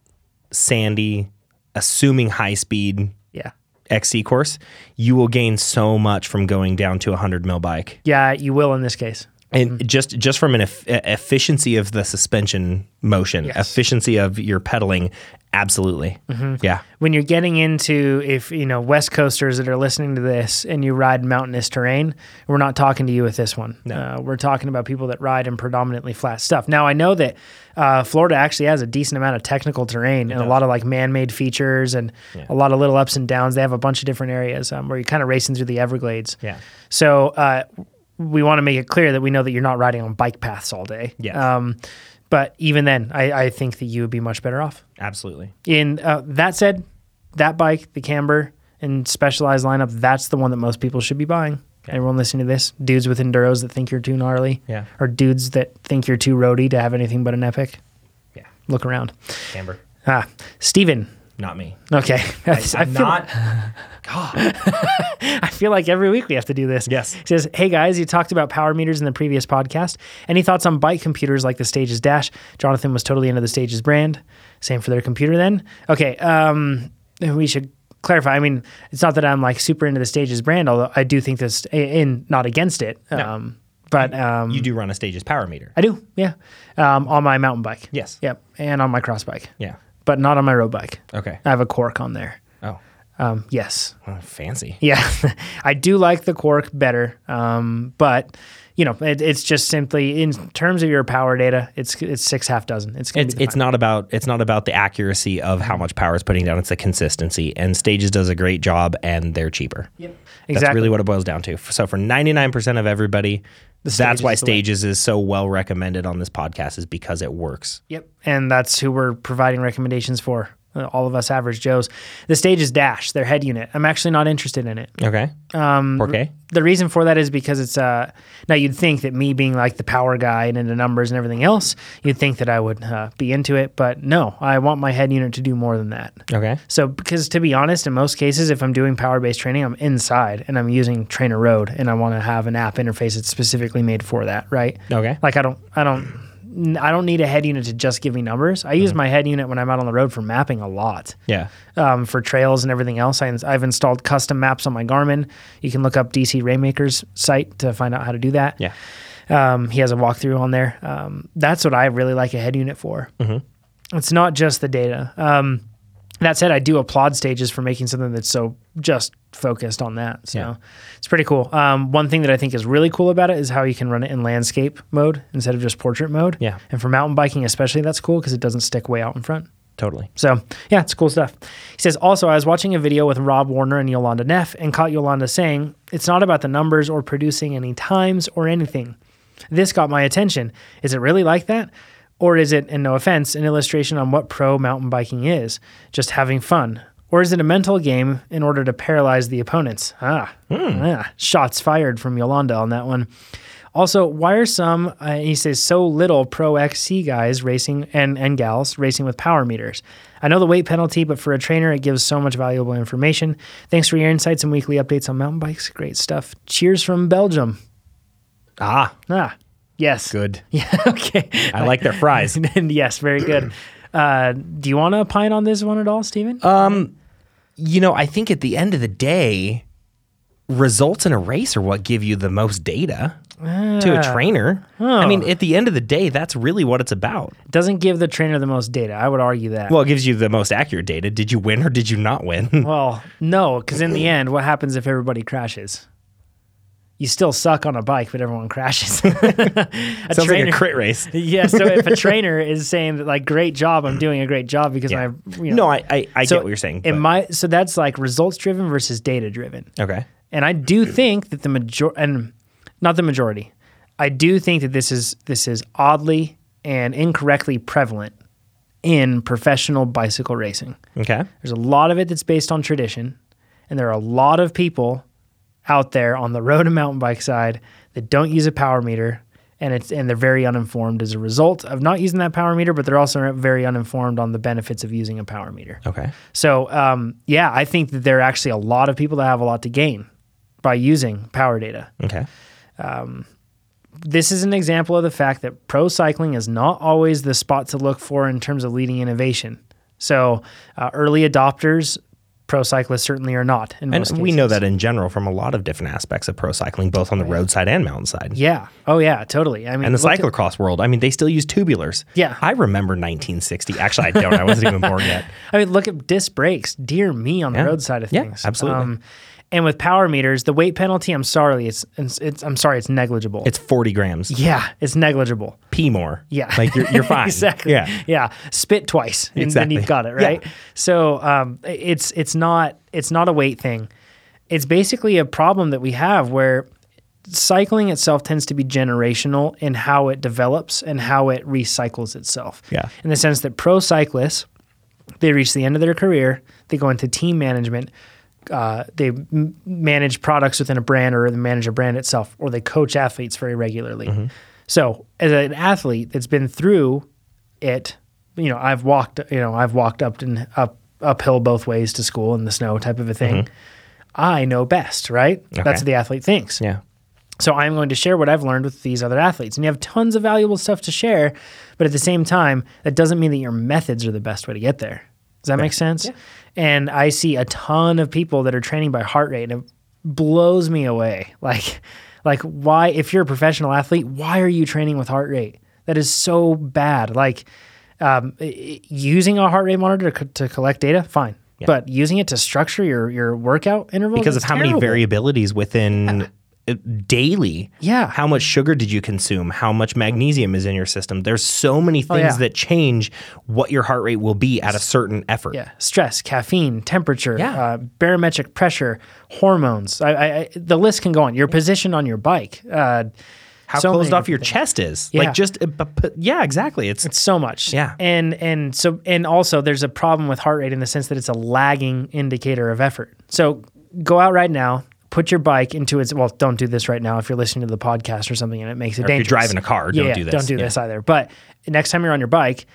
S2: sandy, assuming high speed
S1: Yeah.
S2: XC course, you will gain so much from going down to a 100 mil bike.
S1: Yeah. You will in this case.
S2: and
S1: Mm-hmm.
S2: just just from an eff- e- efficiency of the suspension motion,
S1: Yes. Mm-hmm.
S2: efficiency of your pedaling, absolutely, yeah,
S1: When you're getting into, if you know, West Coasters that are listening to this and you ride mountainous terrain, we're not talking to you with this one. No. Uh, we're talking about people that ride in predominantly flat stuff. Now, I know that uh, Florida actually has a decent amount of technical terrain and a lot of like man made features and a lot of little ups and downs. They have a bunch of different areas um, where you're kind of racing through the Everglades.
S2: Yeah.
S1: So, uh, we want to make it clear that we know that you're not riding on bike paths all day.
S2: Yes.
S1: Um, but even then, I, I think that you would be much better off.
S2: absolutely,
S1: In uh, that said, that bike, the Camber and Specialized lineup, that's the one that most people should be buying. Everyone listening to this, dudes with enduros that think you're too gnarly,
S2: Yeah.
S1: or dudes that think you're too roady to have anything but an epic,
S2: yeah,
S1: look around.
S2: Amber.
S1: Ah, Steven
S2: not me.
S1: Okay. *laughs* That's- I,
S2: I'm
S1: feel,
S2: not. *laughs* God.
S1: I feel like every week we have to do this.
S2: Yes.
S1: He says, Hey guys, you talked about power meters in the previous podcast. Any thoughts on bike computers like the Stages Dash? Jonathan was totally into the Stages brand. Same for their computer then? Okay. Um, we should clarify. I mean, it's not that I'm like super into the Stages brand, although I do think this, eh, in not against it. Um, but um,
S2: You do run a stages power meter.
S1: I do, yeah. Um, on my mountain bike.
S2: Yes.
S1: Yep. And on my cross bike.
S2: Yeah.
S1: But not on my road bike.
S2: Okay.
S1: I have a cork on there.
S2: Oh,
S1: Um, yes.
S2: oh, fancy.
S1: Yeah. *laughs* I do like the cork better. Um, but you know, it, it's just simply in terms of your power data, it's it's six half dozen. It's gonna
S2: It's
S1: be the
S2: it's not about it's not about the accuracy of how much power it's putting down. It's the consistency. And stages does a great job, and they're cheaper. Yep. That's
S1: Exactly.
S2: really what it boils down to. So for ninety nine percent of everybody, that's
S1: Stages
S2: why
S1: is the way.
S2: stages is so well recommended on this podcast is because it works.
S1: Yep. And that's who we're providing recommendations for. uh, All of us average Joes. The stage is Dash, their head unit. I'm actually not interested in it.
S2: Okay. Um. Okay.
S1: the reason for that is because it's uh now you'd think that me being like the power guy and into numbers and everything else you'd think that i would uh, be into it but no i want my head unit to do more than that
S2: Okay.
S1: so because to be honest in most cases if i'm doing power based training i'm inside and i'm using trainer road and i want to have an app interface that's specifically made for that right
S2: Okay.
S1: like i don't i don't i don't need a head unit to just give me numbers i use my head unit when i'm out on the road for mapping a lot
S2: Yeah.
S1: um, for trails and everything else. I, I've installed custom maps on my Garmin. You can look up DC Rainmaker's site to find out how to do that.
S2: Yeah.
S1: Um, he has a walkthrough on there. Um, that's what I really like a head unit for.
S2: Mm-hmm.
S1: It's not just the data. Um, that said, I do applaud stages for making something that's so just focused on that. So
S2: Yeah.
S1: it's pretty cool. Um, one thing that I think is really cool about it is how you can run it in landscape mode instead of just portrait mode.
S2: Yeah.
S1: And for mountain biking, especially, that's cool because it doesn't stick way out in front.
S2: Totally.
S1: So yeah, it's cool stuff. He says also I was watching a video with Rob Warner and Yolanda Neff and caught Yolanda saying it's not about the numbers or producing any times or anything. This got my attention. Is it really like that? Or is it, and no offense, an illustration on what pro mountain biking is? Just having fun. Or is it a mental game in order to paralyze the opponents? Ah, ah. shots fired from Yolanda on that one. Also, why are some, uh, he says, so little pro XC guys racing and, and gals racing with power meters? I know the weight penalty, but for a trainer, it gives so much valuable information. Thanks for your insights and weekly updates on mountain bikes. Great stuff. Cheers from Belgium.
S2: Ah,
S1: Ah, yes.
S2: good.
S1: *laughs* Yeah, okay. *laughs*
S2: I like their *laughs* fries.
S1: and yes, very good. *clears throat* Uh, do you want to opine on this one at all, Steven?
S2: you know, I think at the end of the day, results in a race are what give you the most data to
S1: Ah.
S2: a trainer. I mean, at the end of the day, that's really what it's about.
S1: Doesn't give the trainer the most data. I would argue that.
S2: Well, it gives you the most accurate data. Did you win or did you not
S1: *laughs*
S2: win?
S1: Well, no, because in
S2: *clears throat*
S1: the end, what happens if everybody crashes? You still suck on a bike, but everyone crashes. *laughs* a
S2: Sounds like a crit race.
S1: *laughs* yeah. So
S2: *laughs*
S1: if a trainer is saying that, like, great job, I'm doing a great job because
S2: Yeah.
S1: my, you know,
S2: no, I, I, I
S1: So
S2: get what you're saying.
S1: In
S2: but-
S1: my, so that's like results driven versus data driven.
S2: okay.
S1: And
S2: *clears throat*
S1: I do think that the major and not the majority. I do think that this is this is oddly and incorrectly prevalent in professional bicycle racing.
S2: Okay.
S1: There's a lot of it that's based on tradition, and there are a lot of people out there on the *laughs* road and mountain bike side that don't use a power meter, and it's and they're very uninformed as a result of not using that power meter, but they're also very uninformed on the benefits of using a power meter.
S2: Okay.
S1: So, um, yeah, I think that there are actually a lot of people that have a lot to gain by using power data.
S2: Okay.
S1: This is an example of the fact that pro cycling is not always the spot to look for in terms of leading innovation. So, uh, early adopters, pro cyclists certainly are not. In
S2: And
S1: most
S2: we know
S1: cases.
S2: that in general from a lot of different aspects of pro cycling, both on the roadside and mountain side.
S1: Yeah. Oh, yeah. Totally. I mean,
S2: And the
S1: look at-
S2: cyclocross world, I mean, they still use tubulars.
S1: Yeah.
S2: I remember 1960. Actually, I don't. I wasn't even born
S1: *laughs*
S2: yet.
S1: I mean, look at disc brakes. Dear me, on the
S2: Yeah.
S1: road side of
S2: Yeah,
S1: things. Um,
S2: absolutely.
S1: and with power meters, the weight penalty. I'm sorry. It's, it's, it's I'm sorry. It's negligible.
S2: It's 40 grams.
S1: yeah. It's negligible.
S2: pee more.
S1: Yeah.
S2: Like you're,
S1: *laughs*
S2: you're fine.
S1: exactly.
S2: Yeah.
S1: Yeah. Spit twice and
S2: Exactly.
S1: then you've got it,
S2: Yeah.
S1: right? So um, it's it's not it's not a weight thing. It's basically a problem that we have where cycling itself tends to be generational in how it develops and how it recycles itself.
S2: Yeah.
S1: In the sense that pro cyclists, they reach the end of their career, they go into team management, uh, they m- manage products within a brand or they manage a brand itself, or they coach athletes very regularly.
S2: Mm-hmm.
S1: So, as an athlete that's been through it, you know, I've walked, you know, I've walked up and up uphill both ways to school in the snow type of a thing. I know best, right?
S2: Mm-hmm. Okay.
S1: That's what the athlete thinks.
S2: Yeah.
S1: So I'm going to share what I've learned with these other athletes. And you have tons of valuable stuff to share, but at the same time, that doesn't mean that your methods are the best way to get there. Does that make sense? And I see a ton of people that are training by heart rate and it blows me away. *laughs* Like like why if you're a professional athlete, why are you training with heart rate? That is so bad. Like um, i- i- using a heart rate monitor to, co- to collect data, fine. But using it to structure your, your workout intervals
S2: Because of
S1: it's
S2: how
S1: terrible.
S2: many variabilities within uh, daily.
S1: Yeah.
S2: How much sugar did you consume? How much magnesium is in your system? There's so many things
S1: Oh, yeah.
S2: that change what your heart rate will be at a certain effort.
S1: Yeah, stress, caffeine, temperature,
S2: Yeah.
S1: uh, barometric pressure, hormones. I, I, I, the list can go on. Your position on your bike. Uh,
S2: How
S1: so
S2: closed
S1: many
S2: off your
S1: different
S2: chest is.
S1: Yeah.
S2: Like just uh, p- p- yeah, exactly. It's
S1: things. so much.
S2: Yeah.
S1: And and so and also there's a problem with heart rate in the sense that it's a lagging indicator of effort. So go out right now, put your bike into its well, don't do this right now if you're listening to the podcast or something and it makes it
S2: if you're
S1: dangerous.
S2: driving a car, don't
S1: yeah,
S2: do this.
S1: Don't do
S2: Yeah.
S1: this either. But next time you're on your bike,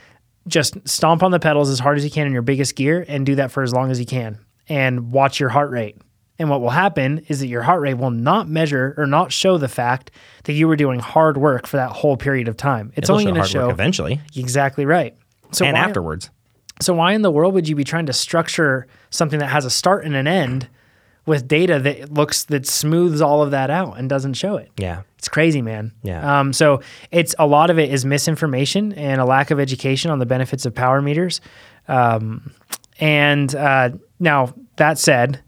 S1: just stomp on the pedals as hard as you can in your biggest gear and do that for as long as you can and watch your heart rate. And what will happen is that your heart rate will not measure or not show the fact that you were doing hard work for that whole period of time. It's
S2: It'll
S1: only
S2: show
S1: going to
S2: hard
S1: show
S2: work eventually
S1: exactly right. So
S2: and
S1: why-
S2: afterwards.
S1: so why in the world would you be trying to structure something that has a start and an end with data that looks that smooths all of that out and doesn't show it?
S2: Yeah.
S1: It's crazy, man.
S2: Yeah.
S1: Um, so it's a lot of it is misinformation and a lack of education on the benefits of power meters. Um, and uh, now that said,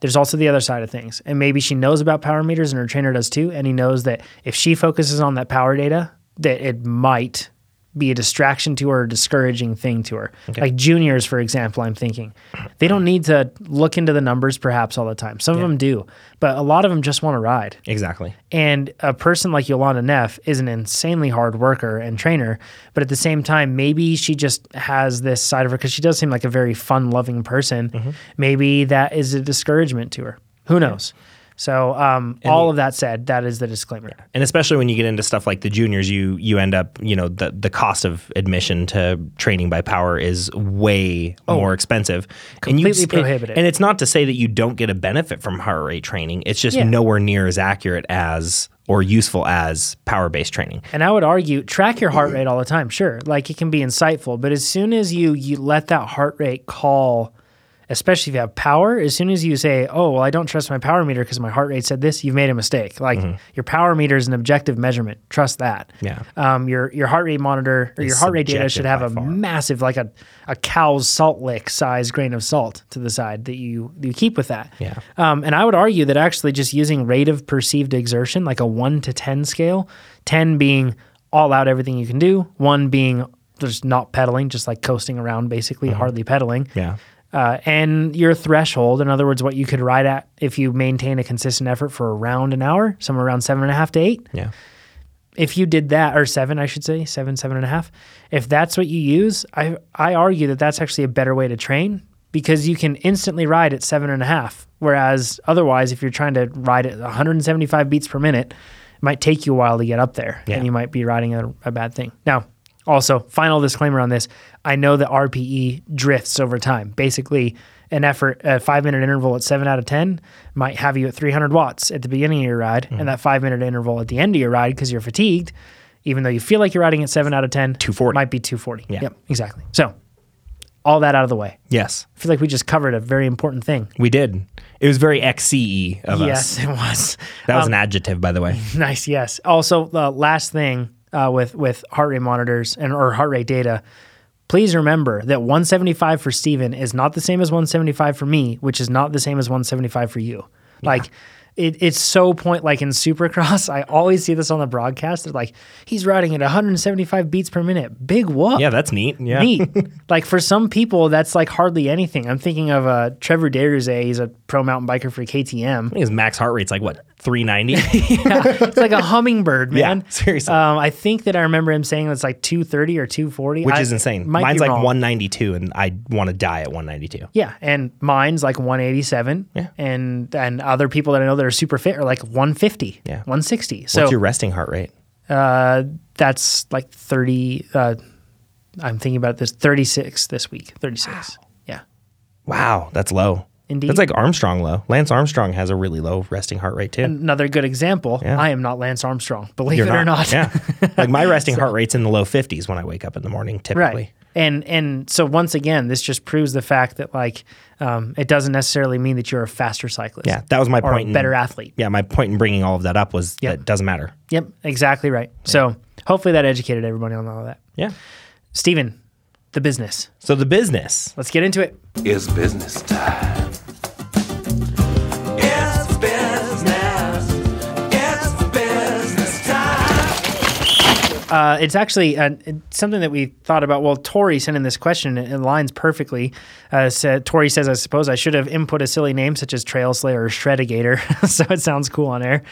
S1: there's also the other side of things. And maybe she knows about power meters and her trainer does too. And he knows that if she focuses on that power data, that it might be a distraction to her, or a discouraging thing to her. Like juniors, for example, I'm thinking they don't need to look into the numbers perhaps all the time. Some of them do, but a lot of them just want to ride.
S2: Exactly.
S1: And a person like Yolanda Neff is an insanely hard worker and trainer, but at the same time, maybe she just has this side of her because she does seem like a very fun loving person. Maybe that is a discouragement to her. Who knows? So, um, all of that said, that is the disclaimer.
S2: and especially when you get into stuff like the juniors you you end up you know the the cost of admission to training by power is way more expensive and
S1: Oh. Completely
S2: you,
S1: prohibitive.
S2: and it's not to say that you don't get a benefit from heart rate training it's just
S1: Yeah.
S2: nowhere near as accurate as or useful as power based training
S1: And I would argue track your heart rate all the time. Sure, like it can be insightful, but as soon as you you let that heart rate call, especially if you have power, as soon as you say, "Oh, well, I don't trust my power meter because my heart rate said this," you've made a mistake. Like your power meter is an objective measurement. Trust that.
S2: Mm-hmm. Yeah.
S1: Um, your your heart rate monitor or your heart rate data
S2: subjective
S1: should have
S2: by
S1: a
S2: far.
S1: massive, like a a cow's salt lick size grain of salt to the side that you you keep with that.
S2: Yeah.
S1: Um, and I would argue that actually just using rate of perceived exertion, like a one to 10 scale, 10 being all out everything you can do, one being just not pedaling, just like coasting around, basically hardly pedaling.
S2: yeah
S1: Uh, and your threshold, in other words, what you could ride at if you maintain a consistent effort for around an hour, somewhere around seven and a half to eight.
S2: yeah
S1: If you did that, or seven, I should say, seven, seven and a half. If that's what you use, I I argue that that's actually a better way to train because you can instantly ride at seven and a half. Whereas otherwise, if you're trying to ride at 175 beats per minute, it might take you a while to get up there,
S2: Yeah.
S1: and you might be riding a, a bad thing. Now, also, final disclaimer on this: I know that RPE drifts over time. Basically, an effort a five minute interval at seven out of ten might have you at 300 watts at the beginning of your ride, and that five minute interval at the end of your ride because you're fatigued, even though you feel like you're riding at seven out of ten,
S2: 240.
S1: might be 240.
S2: Yeah.
S1: Yep, exactly. So, all that out of the way.
S2: yes
S1: I feel like we just covered a very important thing.
S2: we did it was very xce of
S1: Yes, Um,
S2: us
S1: it was.
S2: *laughs* that was an adjective by the way
S1: Nice. Yes. Also, uh, last thing uh, with with heart rate monitors and or heart rate data. Please remember that 175 for Steven is not the same as 175 for me, which is not the same as 175 for you. Like, it, it's so point like in Supercross. *laughs* I always see this on the broadcast. They're like, he's riding at 175 beats per minute. Big whoop
S2: yeah that's neat yeah *laughs*
S1: neat. like for some people, that's like hardly anything. I'm thinking of uh, Trevor Deruze. He's a pro mountain biker for
S2: I
S1: KTM.
S2: think his max heart rate's like what
S1: *laughs*
S2: 390
S1: It's like a hummingbird,
S2: Yeah,
S1: man.
S2: seriously.
S1: Um, I think that I remember him saying it's like 230 or 240,
S2: which
S1: I-
S2: is insane
S1: might be
S2: mine's like
S1: wrong.
S2: 192 and i want to die at 192
S1: Yeah, and mine's like 187.
S2: Yeah.
S1: and and other people that I know that are super fit are like 150.
S2: Yeah.
S1: 160. So
S2: what's your resting heart rate
S1: uh, that's like 30. Uh, I'm thinking about this 36 this week. 36. Yeah.
S2: Wow, that's low.
S1: Indeed.
S2: That's like Armstrong low. Lance Armstrong has a really low resting heart rate too.
S1: Another good example.
S2: Yeah.
S1: I am not Lance Armstrong, believe it or not.
S2: Yeah.
S1: *laughs*
S2: like my resting heart rate's in the low 50s when I wake up in the morning typically.
S1: right and and so once again this just proves the fact that like um, it doesn't necessarily mean that you're a faster cyclist
S2: Yeah, that was my
S1: or
S2: point
S1: a
S2: in-
S1: better athlete
S2: Yeah, my point in bringing all of that up was
S1: Yep.
S2: that it doesn't matter.
S1: yep exactly right so hopefully that educated everybody on all of that
S2: Yeah.
S1: Steven, the business
S2: So the business.
S1: let's get into it
S4: Is business time.
S1: uh, it's actually uh, it's something that we thought about well tori sent in this question and it aligns perfectly uh, said, tori says i suppose i should have input a silly name such as trail slayer or shreddigator *laughs* so it sounds cool on air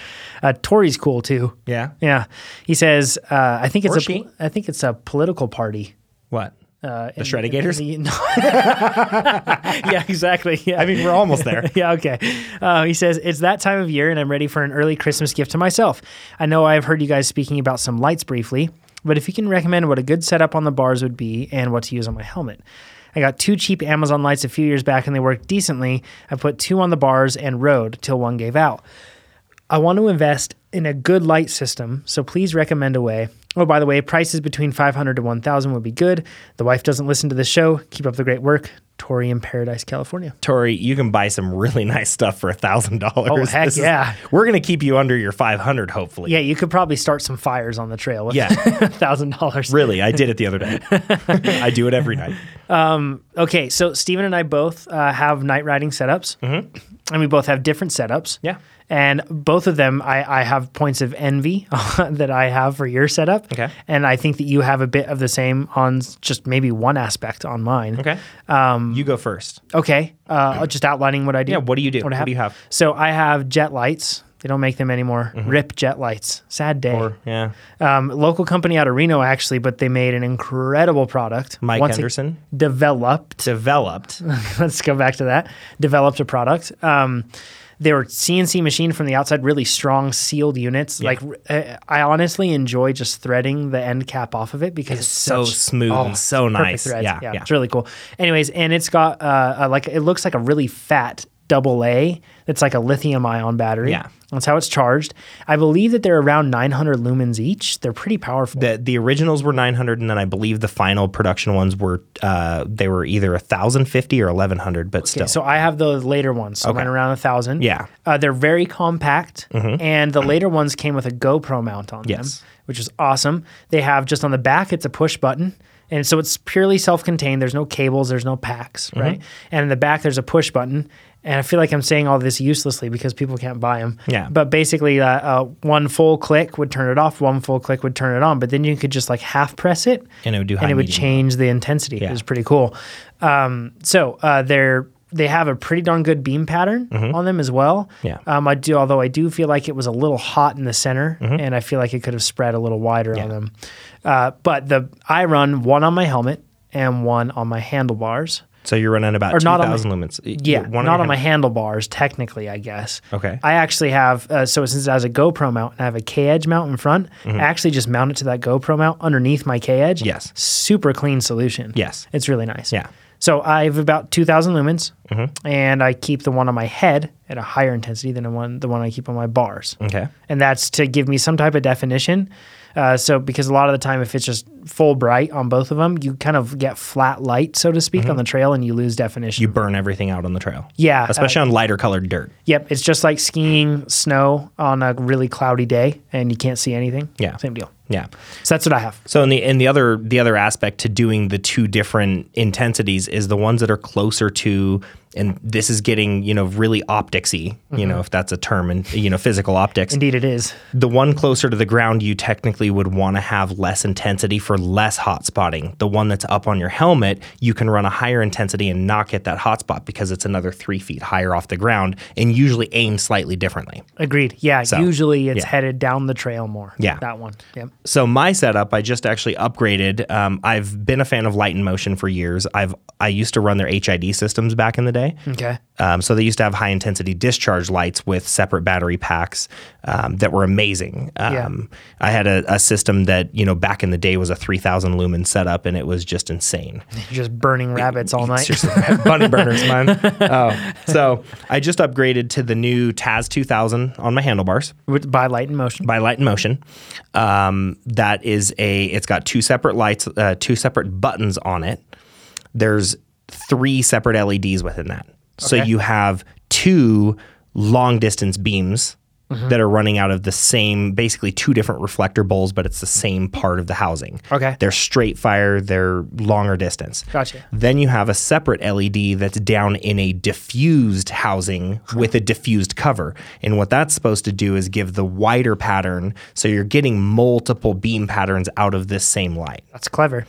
S1: uh, tori's cool too
S2: Yeah.
S1: Yeah, he says. Uh, I think it's
S2: Or
S1: a.
S2: she.
S1: I think it's a political party.
S2: What?
S1: Uh, the
S2: Shreddigators?
S1: *laughs* yeah, exactly. Yeah.
S2: I mean, we're almost there.
S1: *laughs* yeah, okay. Uh, he says, It's that time of year, and I'm ready for an early Christmas gift to myself. I know I've heard you guys speaking about some lights briefly, but if you can recommend what a good setup on the bars would be and what to use on my helmet. I got two cheap Amazon lights a few years back, and they worked decently. I put two on the bars and rode till one gave out. I want to invest in a good light system, so please recommend a way. Oh, by the way, prices between 500 to 1000 would be good. The wife doesn't listen to the show. Keep up the great work. Tori in Paradise, California.
S2: Tori, you can buy some really *laughs* nice stuff for a thousand dollars.
S1: Oh, heck yeah.
S2: we're gonna keep you under your five hundred, hopefully.
S1: Yeah, you could probably start some fires on the trail with
S2: Yeah.
S1: *laughs* thousand dollars.
S2: Really, I did it the other
S1: *laughs*
S2: day. I do it every night.
S1: Okay, so Steven and I both uh, have night riding setups, and we both have different setups.
S2: Mm-hmm. Yeah.
S1: and both of them, I, I have points of envy *laughs* that I have for your setup.
S2: Okay.
S1: and I think that you have a bit of the same on s- just maybe one aspect on mine.
S2: Okay. Um, you go first.
S1: Okay,
S2: *clears throat*
S1: uh, just outlining what I do.
S2: Yeah, what do you do?
S1: What, I
S2: What do you have? Mm-hmm.
S1: So I have jet lights. They don't make them anymore. Rip jet lights. Sad day.
S2: Yeah.
S1: um, local company out of Reno, actually, but they made an incredible product.
S2: Mike
S1: Once it
S2: Henderson?
S1: developed. *laughs*
S2: Developed.
S1: let's go back to that. Developed a product. Um, they were CNC machined from the outside, really strong sealed units. Like uh, I honestly enjoy just threading the end cap off of it because it's,
S2: so
S1: such- oh,
S2: smooth and so
S1: perfect
S2: nice.
S1: threads.
S2: Yeah, yeah.
S1: it's really cool. Anyways, and it's got uh, a, like it looks like a really fat double A. It's like a lithium ion battery.
S2: Yeah.
S1: that's how it's charged. I believe that they're around 900 lumens each. They're pretty powerful.
S2: the the originals were 900 and then i believe the final production ones were uh they were either 1050 or 1100 but still
S1: So I have the later ones, so mine around a thousand.
S2: Yeah. Mm-hmm.
S1: uh, they're very compact, and the later ones came with a GoPro mount on
S2: Yes.
S1: them, which is awesome. They have just on the back, it's a push button, and so it's purely self-contained. There's no cables, there's no packs,
S2: Mm-hmm.
S1: right? And in the back, there's a push button. And I feel like I'm saying all this uselessly because people can't buy them.
S2: Yeah.
S1: But basically, uh, uh, one full click would turn it off, one full click would turn it on. But then you could just like half press it,
S2: And it would do
S1: and
S2: high,
S1: it would
S2: medium,
S1: change the intensity. It
S2: Yeah.
S1: was pretty cool. Um, so uh, they're they have a pretty darn good beam pattern on them as well.
S2: Yeah.
S1: Um, I do, although I do feel like it was a little hot in the center, and I feel like it could have spread a little wider on them. Uh, but the I run one on my helmet and one on my handlebars.
S2: so you're running about
S1: Or not on my-
S2: 2000 lumens
S1: Yeah,
S2: One
S1: not
S2: your
S1: on my
S2: hand-
S1: handlebars, technically, I guess.
S2: Okay.
S1: I actually have, uh, so since it has a GoPro mount and I have a K Edge mount in front, I actually just mount it to that GoPro mount underneath my K Edge.
S2: Mm-hmm. Yes.
S1: Super clean solution.
S2: Yes.
S1: It's really nice.
S2: Yeah. Mm-hmm.
S1: So I have about 2,000 lumens and I keep the one on my head at a higher intensity than the one, the one I keep on my bars
S2: okay
S1: and that's to give me some type of definition. Uh, so, because a lot of the time, if it's just full bright on both of them, you kind of get flat light, so to speak,
S2: Mm-hmm.
S1: on the trail, and you lose definition.
S2: you burn everything out on the trail
S1: Yeah, uh,
S2: especially on lighter colored dirt
S1: yep, it's just like skiing snow on a really cloudy day, and you can't see anything.
S2: Yeah.
S1: same deal.
S2: yeah
S1: So that's what I have.
S2: so in the in the other the other aspect to doing the two different intensities is the ones that are closer to and this is getting you know really opticsy
S1: Mm-hmm.
S2: you know if that's a term and you know physical optics
S1: Indeed, it is.
S2: the one closer to the ground you technically would want to have less intensity for less hot spotting the one that's up on your helmet you can run a higher intensity and not get that hot spot because it's another three feet higher off the ground and usually aimed slightly differently
S1: Agreed. Yeah. usually, it's
S2: yeah.
S1: headed down the trail more.
S2: Yeah.
S1: that one. Yep.
S2: so my setup i just actually upgraded um, i've been a fan of light and motion for years i've i used to run their hid systems back in the day today.
S1: Okay.
S2: Um, so they used to have high intensity discharge lights with separate battery packs um, that were amazing. Um, I had a, a system that you know back in the day was a three thousand lumen setup, and it was just insane.
S1: You're just burning rabbits all night.
S2: Seriously, bunny burners, man. Oh. So I just upgraded to the new Taz two thousand on my handlebars
S1: With- By light and motion.
S2: by Light and Motion. Um, that is a. It's got two separate lights, uh, two separate buttons on it. There's three separate LEDs within that. So you have two long distance beams that are running out of the same, basically two different reflector bowls, but it's the same part of the housing.
S1: Okay.
S2: They're straight fire. They're longer distance.
S1: Gotcha.
S2: Then you have a separate LED that's down in a diffused housing with a diffused cover. And what that's supposed to do is give the wider pattern. So you're getting multiple beam patterns out of this same light.
S1: That's clever.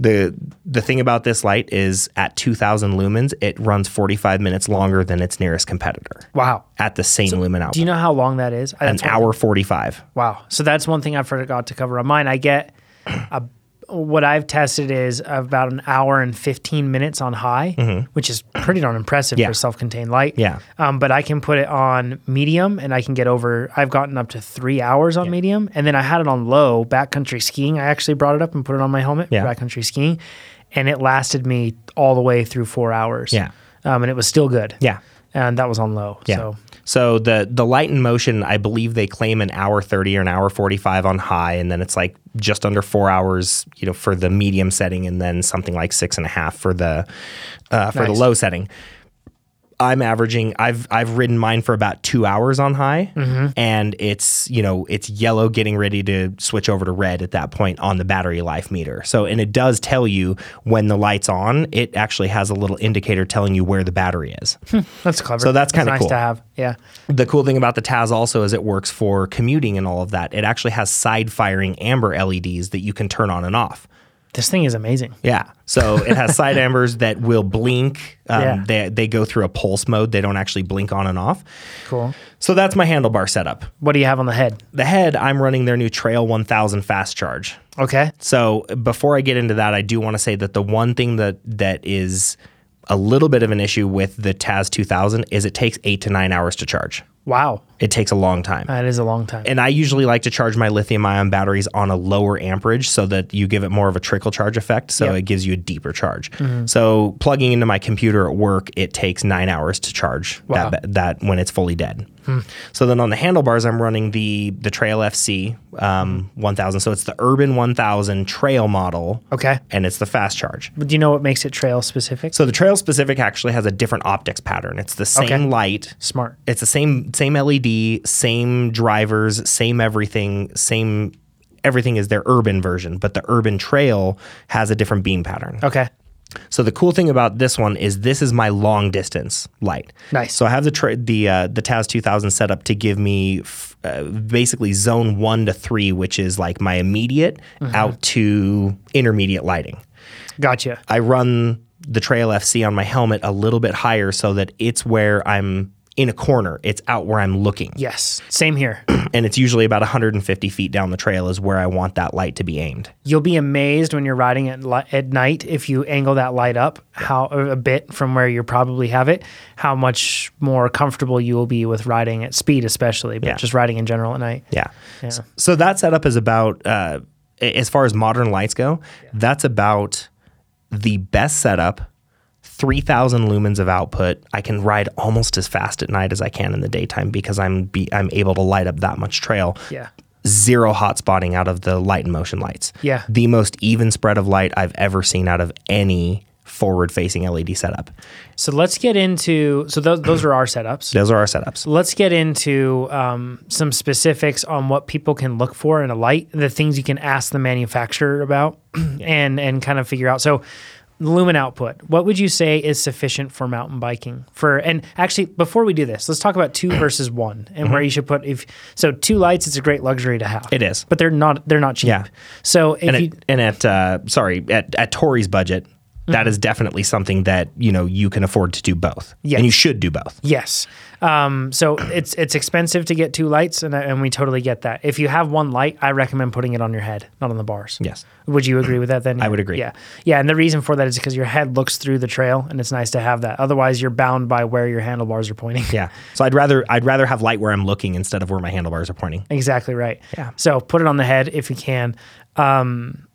S2: The the thing about this light is at 2000 lumens, it runs 45 minutes longer than its nearest competitor
S1: Wow.
S2: at the same lumen output.
S1: Do you know how long that is?
S2: an hour 45.
S1: Wow. So that's one thing I forgot to cover on mine. I get a, what I've tested is about an hour and 15 minutes on high, which is pretty darn impressive
S2: Mm-hmm. Yeah.
S1: for self contained light.
S2: Yeah.
S1: Um, but I can put it on medium and I can get over, I've gotten up to three hours on medium. And then I had it on low backcountry skiing. I actually brought it up and put it on my helmet
S2: Yeah.
S1: for backcountry skiing. And it lasted me all the way through four hours.
S2: Yeah.
S1: Um, and it was still good.
S2: Yeah.
S1: And that was on low.
S2: Yeah.
S1: So
S2: So, the the light and motion, I believe they claim an hour thirty or an hour forty five on high, and then it's like just under four hours, you know, for the medium setting, and then something like six and a half for the uh, for the
S1: Nice.
S2: low setting. I'm averaging. I've I've ridden mine for about two hours on high,
S1: Mm-hmm.
S2: and it's you know it's yellow getting ready to switch over to red at that point on the battery life meter. So and it does tell you when the light's on. It actually has a little indicator telling you where the battery is.
S1: that's clever.
S2: So that's kinda
S1: nice
S2: cool.
S1: to have. Yeah.
S2: The cool thing about the Taz also is it works for commuting and all of that. It actually has side firing amber LEDs that you can turn on and off.
S1: This thing is amazing.
S2: Yeah. So it has side ambers that will blink. Um,
S1: Yeah.
S2: they, they go through a pulse mode. They don't actually blink on and off.
S1: Cool.
S2: So that's my handlebar setup.
S1: What do you have on the head?
S2: The head, I'm running their new Trail 1000 fast charge.
S1: Okay.
S2: So before I get into that, I do want to say that the one thing that that is a little bit of an issue with the Taz 2000 is it takes eight to nine hours to charge.
S1: Wow.
S2: It takes a long time.
S1: That is a long time.
S2: and I usually like to charge my lithium ion batteries on a lower amperage so that you give it more of a trickle charge effect. So
S1: Yep.
S2: it gives you a deeper charge.
S1: Mm-hmm.
S2: So plugging into my computer at work, it takes nine hours to charge
S1: Wow. Hmm.
S2: that, that when it's fully dead. So then on the handlebars, I'm running the the Trail FC um, 1000. So it's the Urban 1000 Trail model.
S1: okay.
S2: And it's the fast charge.
S1: But do you know what makes it trail specific?
S2: So the Trail specific actually has a different optics pattern. It's the same
S1: Okay.
S2: light
S1: Smart.
S2: it's the same same LED, same drivers, same everything, same everything is their urban version, but the urban trail has a different beam pattern.
S1: Okay.
S2: So the cool thing about this one is this is my long distance light.
S1: Nice.
S2: So I have the tra- the uh, the Taz 2000 set up to give me f- uh, basically zone 1 to 3, which is like my immediate out to intermediate lighting.
S1: Gotcha.
S2: I run the Trail FC on my helmet a little bit higher so that it's where I'm in a corner. It's out where I'm looking.
S1: Yes. Same here.
S2: And it's usually about 150 feet down the trail is where I want that light to be aimed.
S1: You'll be amazed when you're riding at, li- at night if you angle that light up how a bit from where you probably have it, how much more comfortable you will be with riding at speed, especially, but
S2: Yeah.
S1: just riding in general at night.
S2: Yeah. S- So that setup is about, uh, a- as far as modern lights go, that's about the best setup. 3000 lumens of output. I can ride almost as fast at night as I can in the daytime because I'm be, I'm able to light up that much trail.
S1: Yeah.
S2: zero hot spotting out of the light and motion lights.
S1: Yeah.
S2: The most even spread of light I've ever seen out of any forward facing LED setup.
S1: So let's get into so those those are our setups.
S2: Those are our setups.
S1: Let's get into um, some specifics on what people can look for in a light, the things you can ask the manufacturer about, *clears throat* and and kind of figure out. So, lumen output. What would you say is sufficient for mountain biking? For and actually, before we do this, let's talk about two
S2: *clears throat*
S1: versus one and where you should put if so two lights. It's a great luxury to have.
S2: Mm-hmm. It is.
S1: but they're not they're not cheap.
S2: Yeah.
S1: So if
S2: And,
S1: you
S2: it, and at, uh, sorry, at, at Tori's budget, That
S1: Mm-hmm.
S2: is definitely something that you know you can afford to do both,
S1: Yes.
S2: and you should do both.
S1: Yes. Um, so it's it's expensive to get two lights, and I- and we totally get that. If you have one light, I recommend putting it on your head, not on the bars.
S2: Yes.
S1: Would you agree with that? Then
S2: I would agree.
S1: Yeah, yeah. And the reason for that is because your head looks through the trail, and it's nice to have that. Otherwise, you're bound by where your handlebars are pointing. *laughs*
S2: Yeah. So I'd rather I'd rather have light where I'm looking instead of where my handlebars are pointing.
S1: Exactly right.
S2: Yeah.
S1: So put it on the head if you can. Um,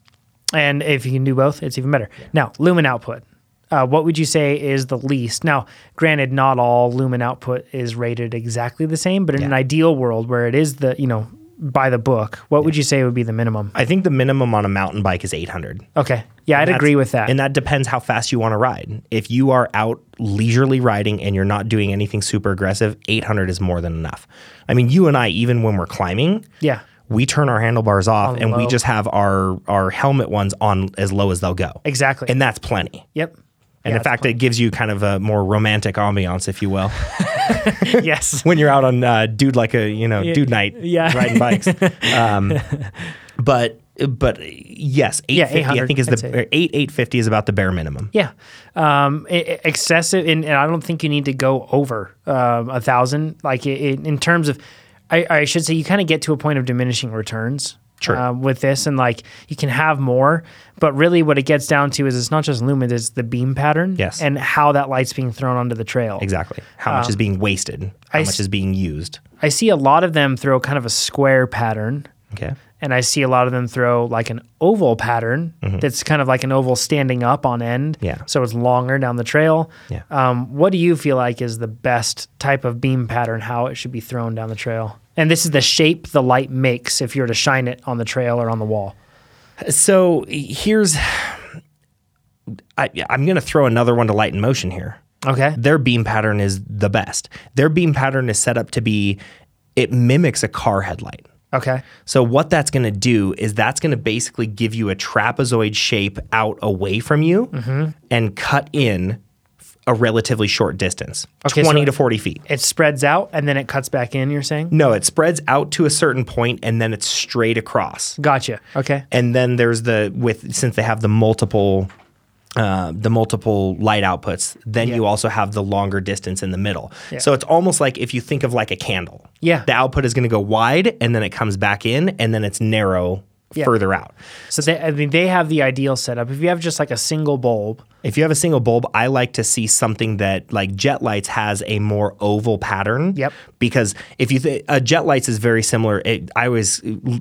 S1: and if you can do both, it's even better. Now, lumen output. Uh, what would you say is the least? Now, granted, not all lumen output is rated exactly the same, but in an
S2: Yeah.
S1: ideal world where it is the, you know, by the book, what would you say would be the minimum?
S2: I think the minimum on a mountain bike is 800.
S1: Okay. Yeah, I'd
S2: That's-
S1: agree with that.
S2: And that depends how fast you want to ride. If you are out leisurely riding and you're not doing anything super aggressive, 800 is more than enough. I mean, you and I, even when we're climbing,
S1: Yeah.
S2: we turn our handlebars off
S1: On
S2: and we
S1: low.
S2: just have our our helmet ones on as low as they'll go.
S1: Exactly.
S2: And that's plenty.
S1: yep. *laughs*
S2: And
S1: Yeah,
S2: in fact, it gives you kind of a more romantic ambiance, if you will, *laughs*
S1: yes.
S2: when you're out on uh, dude like a you know dude night,
S1: yeah.
S2: *laughs* riding bikes. um, but but yes, eight
S1: Yeah,
S2: fifty. I
S1: 800,
S2: think is
S1: I'd
S2: the
S1: say.
S2: or eight eight fifty is about the bare minimum.
S1: Yeah, um, e- e- excessive, and, and I don't think you need to go over um, a thousand. Like i i- in terms of, I, I should say, you kind of get to a point of diminishing returns.
S2: Sure.
S1: uh, with this, and like you can have more, but really what it gets down to is it's not just lumen; it's the beam pattern,
S2: Yes.
S1: and how that light's being thrown onto the trail.
S2: Exactly. How much is being wasted? How
S1: I
S2: much
S1: s-
S2: is being used?
S1: I see a lot of them throw kind of a square pattern.
S2: Okay.
S1: and I see a lot of them throw like an oval pattern that's kind of like an oval standing up on end.
S2: Mm-hmm. Yeah.
S1: So it's longer down the trail.
S2: Yeah.
S1: Um, what do you feel like is the best type of beam pattern, how it should be thrown down the trail? And this is the shape the light makes if you were to shine it on the trail or on the wall.
S2: So here's, I, I'm going to throw another one to light in motion here.
S1: Okay.
S2: Their beam pattern is the best. Their beam pattern is set up to be, it mimics a car headlight.
S1: Okay.
S2: So what that's going to do is that's going to basically give you a trapezoid shape out away from you
S1: Mm-hmm.
S2: and cut in f- a relatively short distance,
S1: Okay, so-
S2: 20 to 40 feet.
S1: It spreads out and then it cuts back in, you're saying?
S2: No, it spreads out to a certain point and then it's straight across.
S1: Gotcha. Okay.
S2: And then there's the with since they have the multiple uh, the multiple light outputs, then
S1: Yeah.
S2: you also have the longer distance in the middle.
S1: Yeah.
S2: So it's almost like if you think of like a candle.
S1: Yeah.
S2: The output is going to go wide and then it comes back in and then it's narrow
S1: Yeah.
S2: further out.
S1: So they, I mean, they have the ideal setup. If you have just like a single bulb,
S2: If you have a single bulb, I like to see something that like jet lights has a more oval pattern.
S1: Yep.
S2: Because if you th- uh, jet lights is very similar, it, I always uh, l-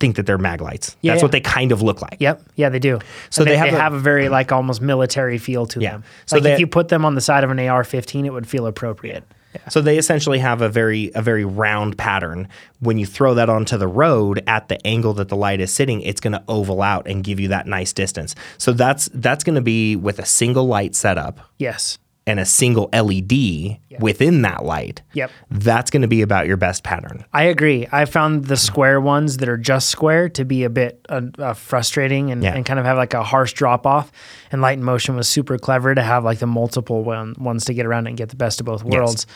S2: think that they're mag lights.
S1: Yeah,
S2: That's
S1: yeah.
S2: what they kind of look like.
S1: Yep. Yeah, they do.
S2: So
S1: And
S2: they have
S1: they
S2: a-
S1: have a very like almost military feel to
S2: Yeah.
S1: them.
S2: So
S1: like
S2: they-
S1: if you put them on the side of an AR-15, it would feel appropriate.
S2: So they essentially have a very a very round pattern. When you throw that onto the road at the angle that the light is sitting, it's going to oval out and give you that nice distance. So that's that's going to be with a single light setup.
S1: Yes.
S2: And a single LED within that light.
S1: Yep.
S2: That's going to be about your best pattern.
S1: I agree. I found the square ones that are just square to be a bit uh, uh, frustrating and,
S2: Yeah.
S1: and kind of have like a harsh drop off. And Light and Motion was super clever to have like the multiple one, ones to get around it and get the best of both worlds.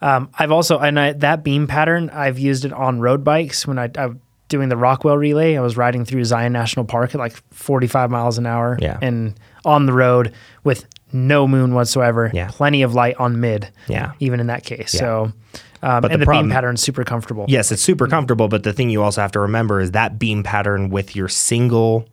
S1: Um, I've also, and I, that beam pattern, I've used it on road bikes when I, I doing the Rockwell relay. I was riding through Zion National Park at like 45 miles an hour
S2: Yeah.
S1: and on the road with no moon whatsoever,
S2: Yeah.
S1: plenty of light on mid,
S2: Yeah.
S1: even in that case. So, um,
S2: But the
S1: and the,
S2: problem-
S1: beam pattern's super comfortable.
S2: Yes, it's
S1: Mm-hmm.
S2: super comfortable, but the thing you also have to remember is that beam pattern with your single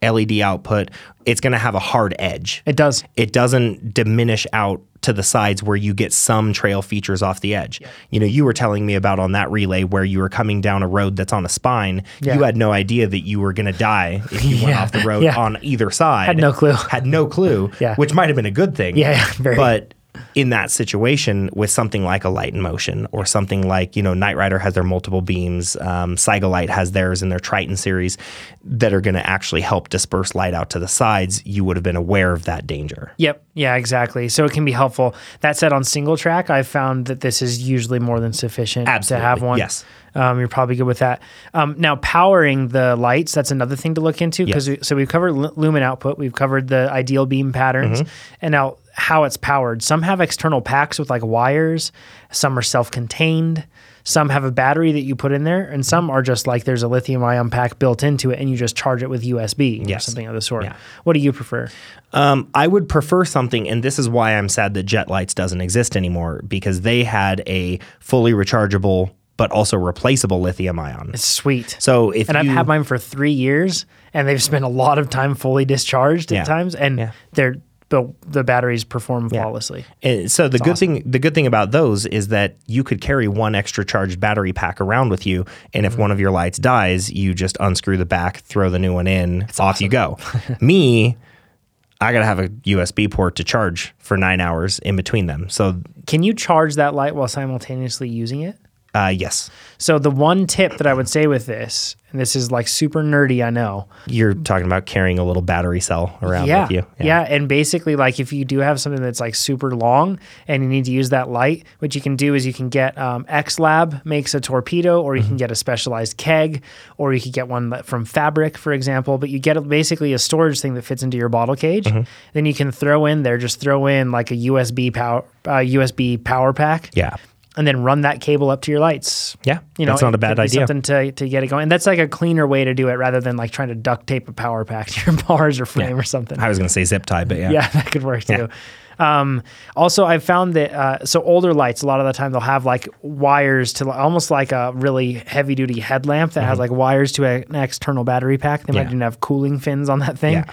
S2: LED output, it's going to have a hard edge.
S1: It does.
S2: It doesn't diminish out to the sides where you get some trail features off the edge. You know, you were telling me about on that relay where you were coming down a road that's on a spine.
S1: Yeah.
S2: You had no idea that you were going to die if you went
S1: *laughs* Yeah,
S2: off the road
S1: yeah.
S2: on either side.
S1: Had no clue.
S2: Had no clue,
S1: *laughs* Yeah.
S2: which might have been a good thing.
S1: Yeah, yeah, very.
S2: But in that situation, with something like a light in motion or something like, you know, Knight Rider has their multiple beams, um, Sigolite has theirs in their Triton series that are going to actually help disperse light out to the sides, you would have been aware of that danger.
S1: Yep. Yeah, exactly. So it can be helpful. That said, on single track, I've found that this is usually more than sufficient
S2: Absolutely,
S1: to have one.
S2: yes.
S1: Um, you're probably good with that. Um, now, powering the lights, that's another thing to look into. because
S2: Yes. Mm-hmm.
S1: So we've covered lu- lumen output, we've covered the ideal beam patterns. And now how it's powered. Some have external packs with like wires, some are self contained, some have a battery that you put in there, and some are just like there's a lithium ion pack built into it and you just charge it with USB or
S2: Yes.
S1: something of the sort.
S2: Yeah.
S1: What do you prefer?
S2: Um, I would prefer something, and this is why I'm sad that Jet Lights doesn't exist anymore because they had a fully rechargeable but also replaceable lithium ion.
S1: Sweet.
S2: So if
S1: and
S2: you,
S1: I've had mine for three years, and they've spent a lot of time fully discharged
S2: Yeah.
S1: at times, and
S2: Yeah.
S1: they're the the batteries perform flawlessly.
S2: And Eh, so the good thing the good thing about those is that you could carry one extra charged battery pack around with you, and
S1: Mm-hmm.
S2: if one of your lights dies, you just unscrew the back, throw the new one in, off you go.
S1: *laughs*
S2: Me, I gotta have a USB port to charge for nine hours in between them. So
S1: Can you charge that light while simultaneously using it?
S2: uh, yes,
S1: So the one tip that I would say with this, and this is like super nerdy, I know.
S2: you're talking about carrying a little battery cell around
S1: yeah,
S2: with you.
S1: yeah, and basically, like if you do have something that's like super long and you need to use that light, what you can do is you can get um, X Lab makes a torpedo, or you
S2: Mm-hmm.
S1: can get a specialized keg, or you could get one that- from Fabric, for example. But you get a- basically a storage thing that fits into your bottle cage.
S2: Mm-hmm.
S1: Then you can throw in there, just throw in like a USB power uh, USB power pack,
S2: Yeah.
S1: and then run that cable up to your lights.
S2: Yeah.
S1: you know,
S2: That's not
S1: it
S2: a bad
S1: could be
S2: idea.
S1: Something to, to get it going. And that's like a cleaner way to do it rather than like trying to duct tape a power pack to your *laughs* bars or frame or something.
S2: I was gonna say zip tie, but yeah.
S1: yeah, *laughs* that could work too. Um, also, I've found that uh, so older lights, a lot of the time they'll have like wires to almost like a really heavy duty headlamp that has like wires to a- an external battery pack. They might
S2: Mm-hmm. Yeah.
S1: even have cooling fins on that thing.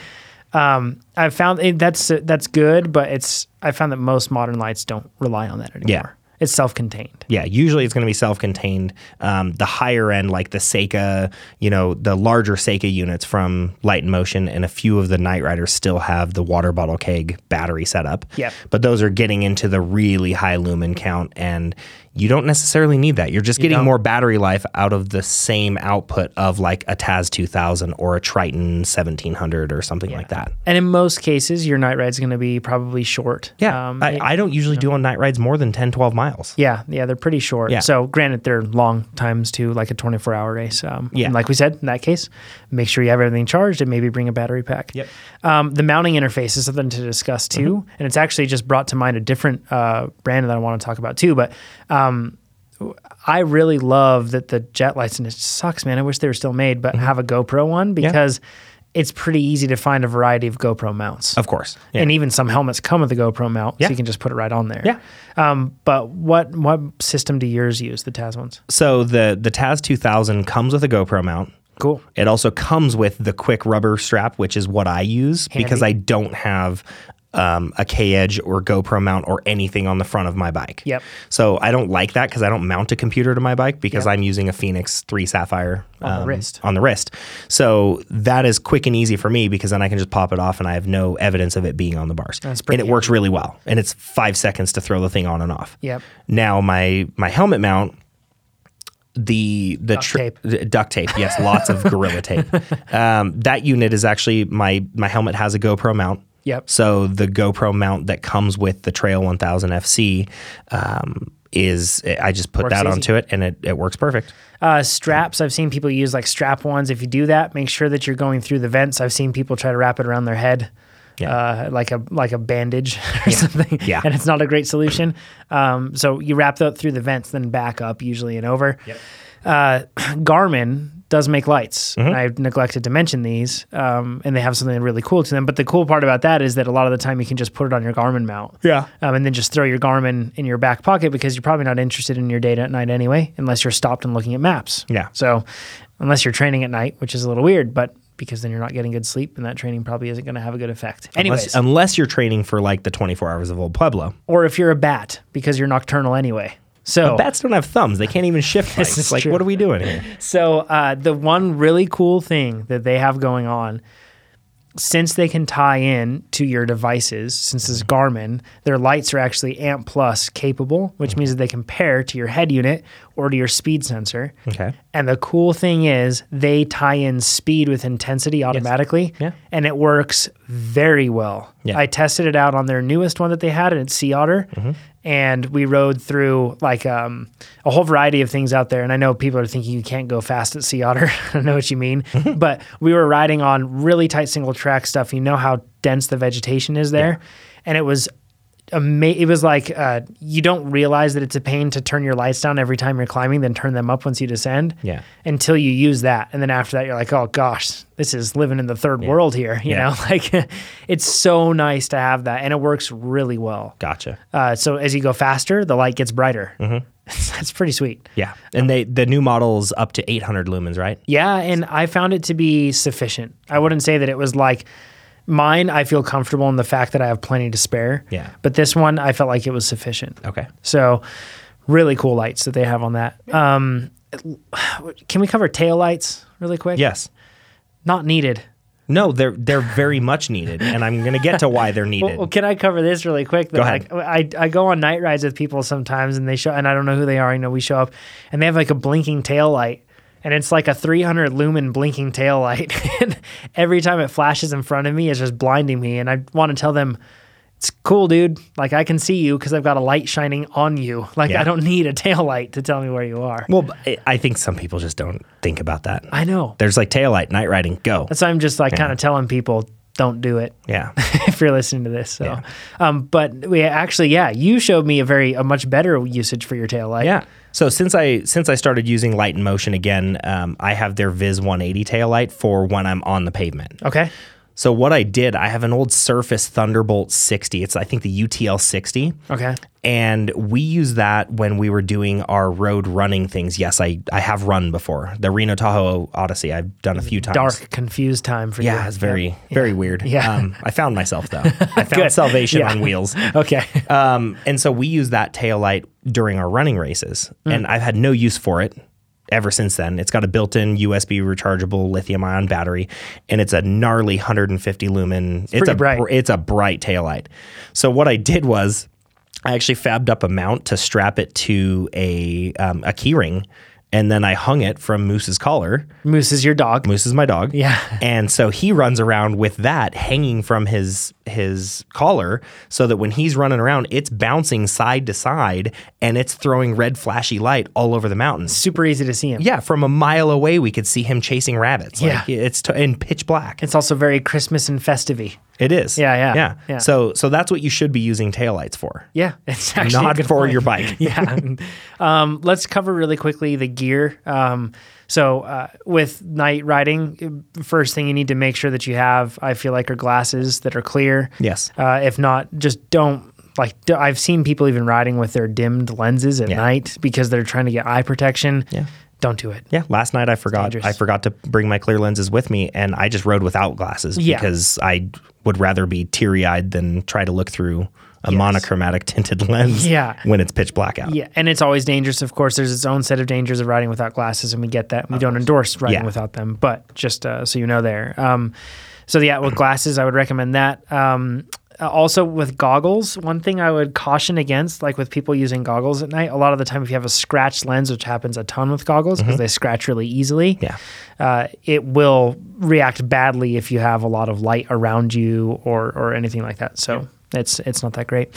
S2: Yeah.
S1: Um, I've found it, that's uh, that's good, but it's I found that most modern lights don't rely on that anymore. It's self contained.
S2: Yeah, usually it's going to be self-contained. Um, the higher end, like the Seika, you know, the larger Seika units from Light and Motion, and a few of the Night Riders still have the water bottle keg battery setup.
S1: Yep.
S2: but those are getting into the really high lumen count, and you don't necessarily need that. You're just getting more battery life out of the same output of like a Taz 2000 or a Triton 1700 or something like that.
S1: And in most cases, your night ride's going to be probably short.
S2: Yeah,
S1: Um,
S2: I,
S1: it-
S2: I don't usually do on night rides more than 10, 12 miles.
S1: yeah. Yeah. They're pretty short.
S2: Yeah.
S1: So, granted, they're long times to like a 24 hour race. Um,
S2: Yeah.
S1: And like we said, in that case, make sure you have everything charged and maybe bring a battery pack.
S2: Yep. Mm-hmm.
S1: Um, the mounting interface is something to discuss too. And it's actually just brought to mind a different uh, brand that I want to talk about too. But um, I really love that the jet lights, and it sucks, man. I wish they were still made, but
S2: Mm-hmm.
S1: have a GoPro one because it's pretty easy to find a variety of GoPro mounts.
S2: Of course. Yeah.
S1: And even some helmets come with a GoPro mount,
S2: Yeah.
S1: so you can just put it right on there.
S2: Yeah.
S1: Um, but what what system do yours use? The Taz ones.
S2: So the the Taz 2000 comes with a GoPro mount.
S1: Cool.
S2: It also comes with the quick rubber strap, which is what I use because I
S1: Handy.
S2: don't have um, a K Edge or GoPro mount or anything on the front of my bike.
S1: Yep.
S2: So I don't like that because I don't mount a computer to my bike because I'm using a Phoenix 3 Sapphire um,
S1: the wrist.
S2: On the wrist. So that is quick and easy for me because then I can just pop it off and I have no evidence of it being on the bars. and
S1: pretty
S2: it works really well. And it's five seconds to throw the thing on and off.
S1: Yep.
S2: Now my my helmet mount the the duct
S1: tape.
S2: duct tape yes lots of gorilla
S1: *laughs*
S2: tape um, that unit is actually my my helmet has a gopro mount
S1: Yep.
S2: so the gopro mount that comes with the trail 1000 fc um, is i just put
S1: Works
S2: that
S1: easy.
S2: onto it and it, it works perfect
S1: Uh, straps. I've seen people use like strap ones. If you do that, make sure that you're going through the vents. I've seen people try to wrap it around their head. Uh, like a like a bandage *laughs* or something,
S2: Yeah.
S1: and it's not a great solution. Um, so you wrap that through the vents, then back up usually and over. Uh, *clears throat* Garmin does make lights,
S2: Mm-hmm.
S1: and I've neglected to mention these. Um, and they have something really cool to them. But the cool part about that is that a lot of the time you can just put it on your Garmin mount,
S2: Yeah.
S1: um, and then just throw your Garmin in your back pocket because you're probably not interested in your data at night anyway, unless you're stopped and looking at maps.
S2: Yeah.
S1: So, unless you're training at night, which is a little weird, but because then you're not getting good sleep, and that training probably isn't going to have a good effect. Anyways,
S2: unless, unless you're training for like the 24 hours of old pueblo
S1: or if you're a bat because you're nocturnal anyway. So
S2: bats don't have thumbs they can't even shift
S1: Oh. *laughs* This
S2: bikes.
S1: is
S2: like
S1: true.
S2: what are we doing here
S1: So uh, the one really cool thing that they have going on, since they can tie in to your devices, since it's Garmin, their lights are actually AMP Plus capable, which means that they can pair to your head unit or to your speed sensor.
S2: Okay.
S1: And the cool thing is they tie in speed with intensity automatically.
S2: Yeah.
S1: And it works very well.
S2: Yeah. Mm-hmm.
S1: I tested it out on their newest one that they had, and it's Sea Otter. And we rode through like um, a whole variety of things out there. And I know people are thinking you can't go fast at Sea Otter. *laughs* I know what you mean.
S2: Mm-hmm.
S1: but we were riding on really tight single track stuff. You know how dense the vegetation is there. And it was ama- it was like uh, you don't realize that it's a pain to turn your lights down every time you're climbing, then turn them up once you descend.
S2: Yeah.
S1: Until you use that, and then after that, you're like, oh gosh, this is living in the third world here. You
S2: Yeah.
S1: know, *laughs* like it's so nice to have that, and it works really well.
S2: Gotcha.
S1: Uh, so as you go faster, the light gets brighter.
S2: Mm-hmm.
S1: *laughs* That's pretty sweet.
S2: Yeah,
S1: Uh,
S2: and they the new model's up to 800 lumens, right?
S1: Yeah, and I found it to be sufficient. I wouldn't say that it was like mine. I feel comfortable in the fact that I have plenty to spare.
S2: Yeah.
S1: But this one, I felt like it was sufficient.
S2: Okay.
S1: So, really cool lights that they have on that. Um, *sighs* can we cover tail lights really quick?
S2: Yes.
S1: Not needed.
S2: No, they're they're very much needed, and I'm going to get to why they're needed.
S1: *laughs* Well, well, can I cover this really quick? Go
S2: ahead.
S1: Like, I, I go on night rides with people sometimes, and they show, and I don't know who they are. I know we show up, and they have like a blinking tail light, and it's like a 300 lumen blinking tail light. *laughs* and every time it flashes in front of me, it's just blinding me, and I want to tell them. It's cool, dude. Like I can see you because I've got a light shining on you. *laughs* Like
S2: Yeah.
S1: I don't need a tail light to tell me where you are.
S2: Well, but I- I think some people just don't think about that.
S1: I know.
S2: There's like taillight, night riding, go.
S1: That's why I'm just like kind of telling people, don't do it. *laughs*
S2: yeah.
S1: if you're listening to this. So, um, but we actually, yeah, you showed me a very a much better usage for your tail light.
S2: Yeah. So since I since I started using light and motion again, um, I have their Viz 180 taillight for when I'm on the pavement.
S1: Okay.
S2: So what I did, I have an old Surface Thunderbolt 60. It's I think the UTL 60.
S1: Okay.
S2: And we use that when we were doing our road running things. Yes, I, I have run before. The Reno Tahoe Odyssey, I've done a few times.
S1: Dark, confused time for you.
S2: Yeah, it's very, very weird.
S1: Yeah.
S2: Um, I found myself
S1: *laughs*
S2: though. I found salvation
S1: Yeah.
S2: on wheels.
S1: *laughs* Okay.
S2: Um, and so we use that taillight during our running races.
S1: Mm.
S2: And I've had no use for it ever since then. It's got a built in USB rechargeable lithium ion battery and it's a gnarly 150 lumen. It's,
S1: pretty
S2: a
S1: bright.
S2: br- it's a bright taillight. So what I did was I actually fabbed up a mount to strap it to a um, a key ring and then I hung it from Moose's collar.
S1: Moose is your dog.
S2: Moose is my dog.
S1: Yeah.
S2: And so he runs around with that hanging from his his collar so that when he's running around, it's bouncing side to side and it's throwing red flashy light all over the mountains.
S1: Super easy to see him.
S2: Yeah, from a mile away we could see him chasing rabbits. Like,
S1: Yeah.
S2: it's t- in pitch black.
S1: It's also very Christmas and festive
S2: It is.
S1: Yeah, yeah,
S2: yeah.
S1: yeah.
S2: So so that's what you should be using taillights for.
S1: Yeah. It's actually a
S2: Not
S1: good
S2: for
S1: point.
S2: your bike.
S1: *laughs* yeah. Um, let's cover really quickly the gear. Um, so uh, with night riding, first thing you need to make sure that you have, I feel like, are glasses that are clear.
S2: Yes.
S1: Uh, if not, just don't. Like d- I've seen people even riding with their dimmed lenses at
S2: Yeah.
S1: night because they're trying to get eye protection. Yeah. Don't do it.
S2: Yeah, last night I forgot
S1: dangerous.
S2: I forgot to bring my clear lenses with me and I just rode without glasses
S1: Yeah.
S2: because I would rather be teary-eyed than try to look through a monochromatic *laughs* tinted lens
S1: Yeah.
S2: when it's pitch black out.
S1: Yeah, and it's always dangerous. Of course, there's its own set of dangers of riding without glasses, and we get that. We don't endorse riding
S2: Yeah.
S1: without them, but just uh, so you know, there. Um, so yeah, with glasses, I would recommend that. Um, uh, also with goggles, one thing I would caution against, like with people using goggles at night, a lot of the time if you have a scratched lens, which happens a ton with goggles because they scratch really easily,
S2: Mm-hmm. Yeah.
S1: uh, it will react badly if you have a lot of light around you or or anything like that. So it's it's not that great.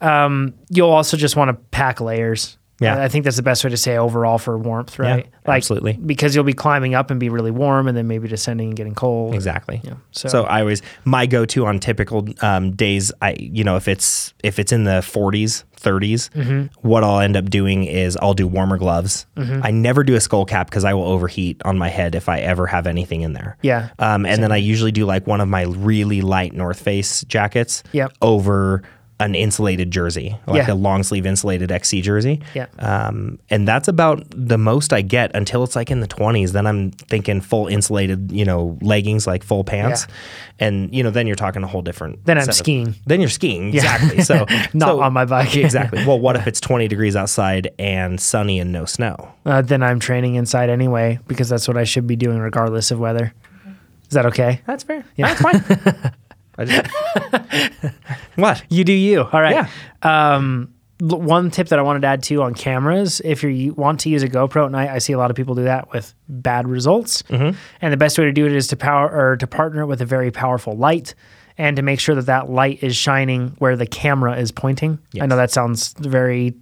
S1: Um, you'll also just want to pack layers.
S2: Yeah.
S1: I- I think that's the best way to say overall for warmth, right?
S2: absolutely.
S1: Because you'll be climbing up and be really warm, and then maybe descending and getting cold.
S2: Exactly.
S1: so-
S2: So. I always my go-to on typical um, days. I you know if it's if it's in the 40s, 30s,
S1: Mm-hmm.
S2: what I'll end up doing is I'll do warmer gloves. I never do a skull cap because I will overheat on my head if I ever have anything in there.
S1: Yeah.
S2: Um, and then I usually do like one of my really light North Face jackets.
S1: Yep.
S2: Over an insulated jersey, like a
S1: Yeah.
S2: long sleeve insulated XC jersey.
S1: Yeah.
S2: Um, and that's about the most I get until it's like in the 20s. Then I'm thinking full insulated, you know, leggings, like full pants. And, you know, then you're talking a whole different.
S1: Then I'm
S2: set of-
S1: skiing.
S2: then you're skiing. Exactly. So,
S1: *laughs* Not
S2: so-
S1: on my
S2: *laughs*
S1: bike.
S2: exactly. Well, what
S1: *laughs*
S2: if it's 20 degrees outside and sunny and no snow?
S1: Uh, then I'm training inside anyway because that's what I should be doing regardless of weather. Is that okay?
S2: That's fair. Yeah. That's fine. *laughs* I just, *laughs* what?
S1: You do you. All right.
S2: Yeah.
S1: Um, l- one tip that I wanted to add too on cameras, if you u- want to use a GoPro at night, I see a lot of people do that with bad results. And the best way to do it is to power or to partner it with a very powerful light and to make sure that that light is shining where the camera is pointing. I know that sounds very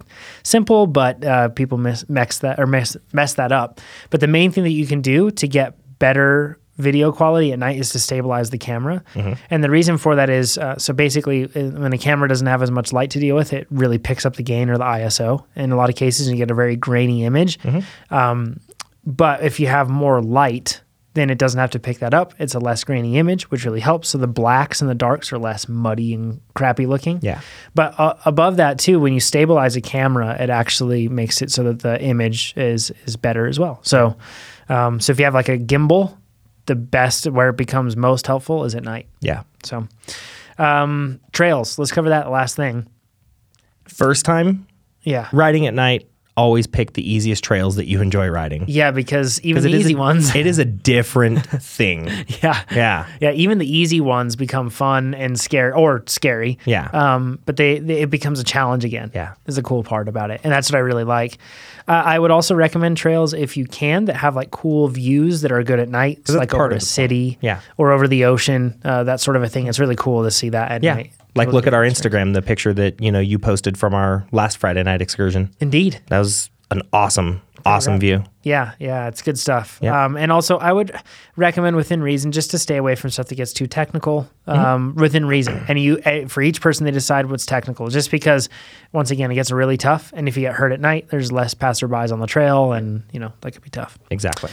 S1: simple, but uh, people mis- mess that or mess, mess that up. But the main thing that you can do to get better video quality at night is to stabilize the camera. And the reason for that is uh, so basically, uh, when the camera doesn't have as much light to deal with, it really picks up the gain or the ISO in a lot of cases, and you get a very grainy image. Um, but if you have more light, then it doesn't have to pick that up. It's a less grainy image, which really helps. So the blacks and the darks are less muddy and crappy looking.
S2: Yeah.
S1: But uh, above that too, when you stabilize a camera, it actually makes it so that the image is is better as well. So, um, so if you have like a gimbal, the best where it becomes most helpful is at night.
S2: Yeah.
S1: So, um, trails. Let's cover that last thing.
S2: First time
S1: Yeah.
S2: riding at night, always pick the easiest trails that you enjoy riding.
S1: Yeah, because even
S2: 'Cause
S1: the
S2: it is
S1: easy
S2: a-
S1: ones. *laughs*
S2: It is a different thing.
S1: yeah.
S2: Yeah.
S1: Yeah, even the easy ones become fun and scary, or scary.
S2: Yeah.
S1: Um, but they, they it becomes a challenge again.
S2: Yeah.
S1: is the cool part about it, and that's what I really like. Uh, I would also recommend trails if you can that have like cool views that are good at night,
S2: that's
S1: like
S2: part
S1: over
S2: of
S1: a
S2: the
S1: city,
S2: Yeah.
S1: or over the ocean, uh, that sort of a thing. It's really cool to see that at
S2: Yeah.
S1: night.
S2: Like
S1: Those
S2: look at our
S1: different
S2: Instagram, the picture that, you know, you posted from our last Friday night excursion.
S1: experiences. Indeed.
S2: That was an awesome, awesome view.
S1: Yeah, yeah, it's good stuff.
S2: Yeah.
S1: Um, and also, I would recommend within reason just to stay away from stuff that gets too technical.
S2: Mm-hmm.
S1: Um, Within reason, and you eh, for each person they decide what's technical. Just because, once again, it gets really tough, and if you get hurt at night, there's less passerbys on the trail, and you know that could be tough.
S2: Exactly.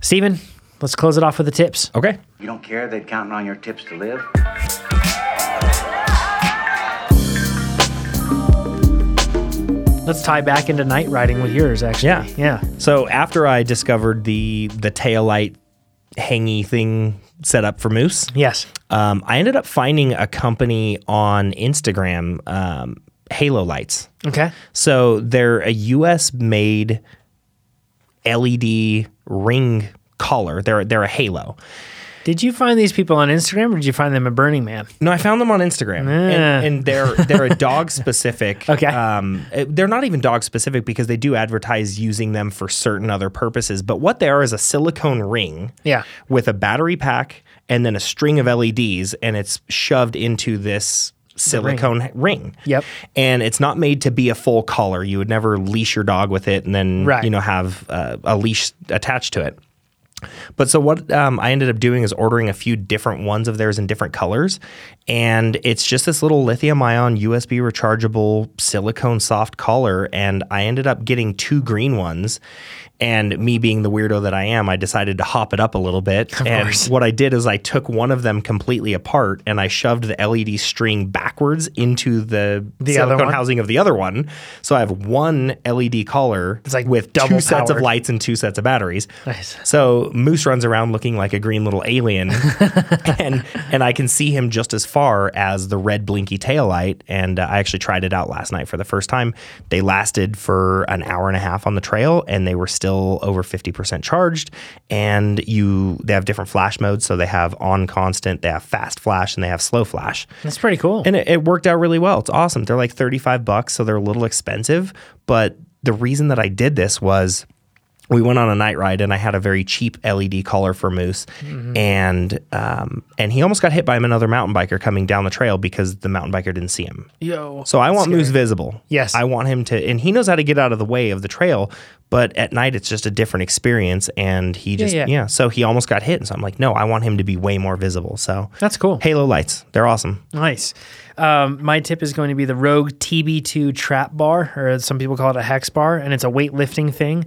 S1: Steven, let's close it off with the tips.
S2: Okay.
S3: You don't care they'd counting on your tips to live?
S1: Let's tie back into night riding with yours, actually.
S2: Yeah.
S1: yeah,
S2: So after I discovered the the taillight hangy thing set up for moose,
S1: yes.
S2: um, I ended up finding a company on Instagram, um, Halo Lights.
S1: Okay.
S2: So they're a US made LED ring collar. They're they're a halo.
S1: Did you find these people on Instagram, or did you find them at Burning Man?
S2: No, I found them on Instagram,
S1: Yeah.
S2: and, and they're they're
S1: *laughs*
S2: a dog specific.
S1: Okay.
S2: um, it- they're not even dog specific because they do advertise using them for certain other purposes. But what they are is a silicone ring,
S1: Yeah.
S2: with a battery pack and then a string of LEDs, and it's shoved into this silicone ring.
S1: Yep.
S2: and it's not made to be a full collar. You would never leash your dog with it, and then
S1: Right.
S2: you know have uh, a leash attached to it. But so what um, I ended up doing is ordering a few different ones of theirs in different colors, and it's just this little lithium-ion USB rechargeable silicone soft collar. And I ended up getting two green ones, and me being the weirdo that I am, I decided to hop it up a little bit. and what I did is I took one of them completely apart and I shoved the LED string backwards into the,
S1: The other
S2: silicone
S1: one?
S2: housing of the other one. So I have one LED collar.
S1: It's like
S2: with
S1: double
S2: two sets of
S1: powered.
S2: lights and two sets of batteries.
S1: Nice.
S2: So Moose runs around looking like a green little
S1: *laughs*
S2: alien, and and I can see him just as far as the red blinky taillight. And uh, I actually tried it out last night for the first time. They lasted for an hour and a half on the trail, and they were still over fifty percent charged. And you, they have different flash modes, so they have on constant, they have fast flash, and they have slow flash.
S1: That's pretty cool.
S2: And it, it worked out really well. It's awesome. They're like 35 bucks, so they're a little expensive. But the reason that I did this was we went on a night ride and I had a very cheap LED collar for Moose.
S1: Mm-hmm.
S2: And um, and he almost got hit by another mountain biker coming down the trail because the mountain biker didn't see him.
S1: Yo.
S2: So I want Moose visible.
S1: Yes.
S2: I want him to, and he knows how to get out of the way of the trail, but at night it's just a different experience. And he just,
S1: yeah.
S2: yeah. So he almost got hit. And so I'm like, no, I want him to be way more visible. So
S1: That's cool.
S2: Halo lights, they're awesome.
S1: Nice. Um, my tip is going to be the Rogue TB2 trap bar, or as some people call it a hex bar, and it's a weightlifting thing.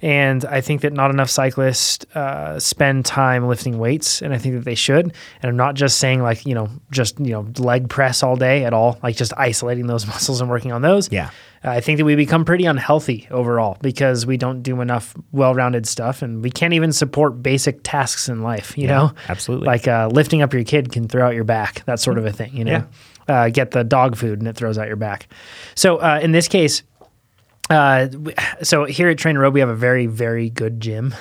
S1: And I think that not enough cyclists uh, spend time lifting weights, and I think that they should. And I'm not just saying like you know just you know leg press all day at all, like just isolating those *laughs* muscles and working on those.
S2: Yeah.
S1: I think that we become pretty unhealthy overall because we don't do enough well-rounded stuff, and we can't even support basic tasks in life. You know,
S2: absolutely.
S1: Like uh, lifting up your kid can throw out your back, that sort of a thing, you know. Uh, get the dog food and it throws out your back. So uh, in this case, uh, w- so here at Train Road, we have a very, very good gym,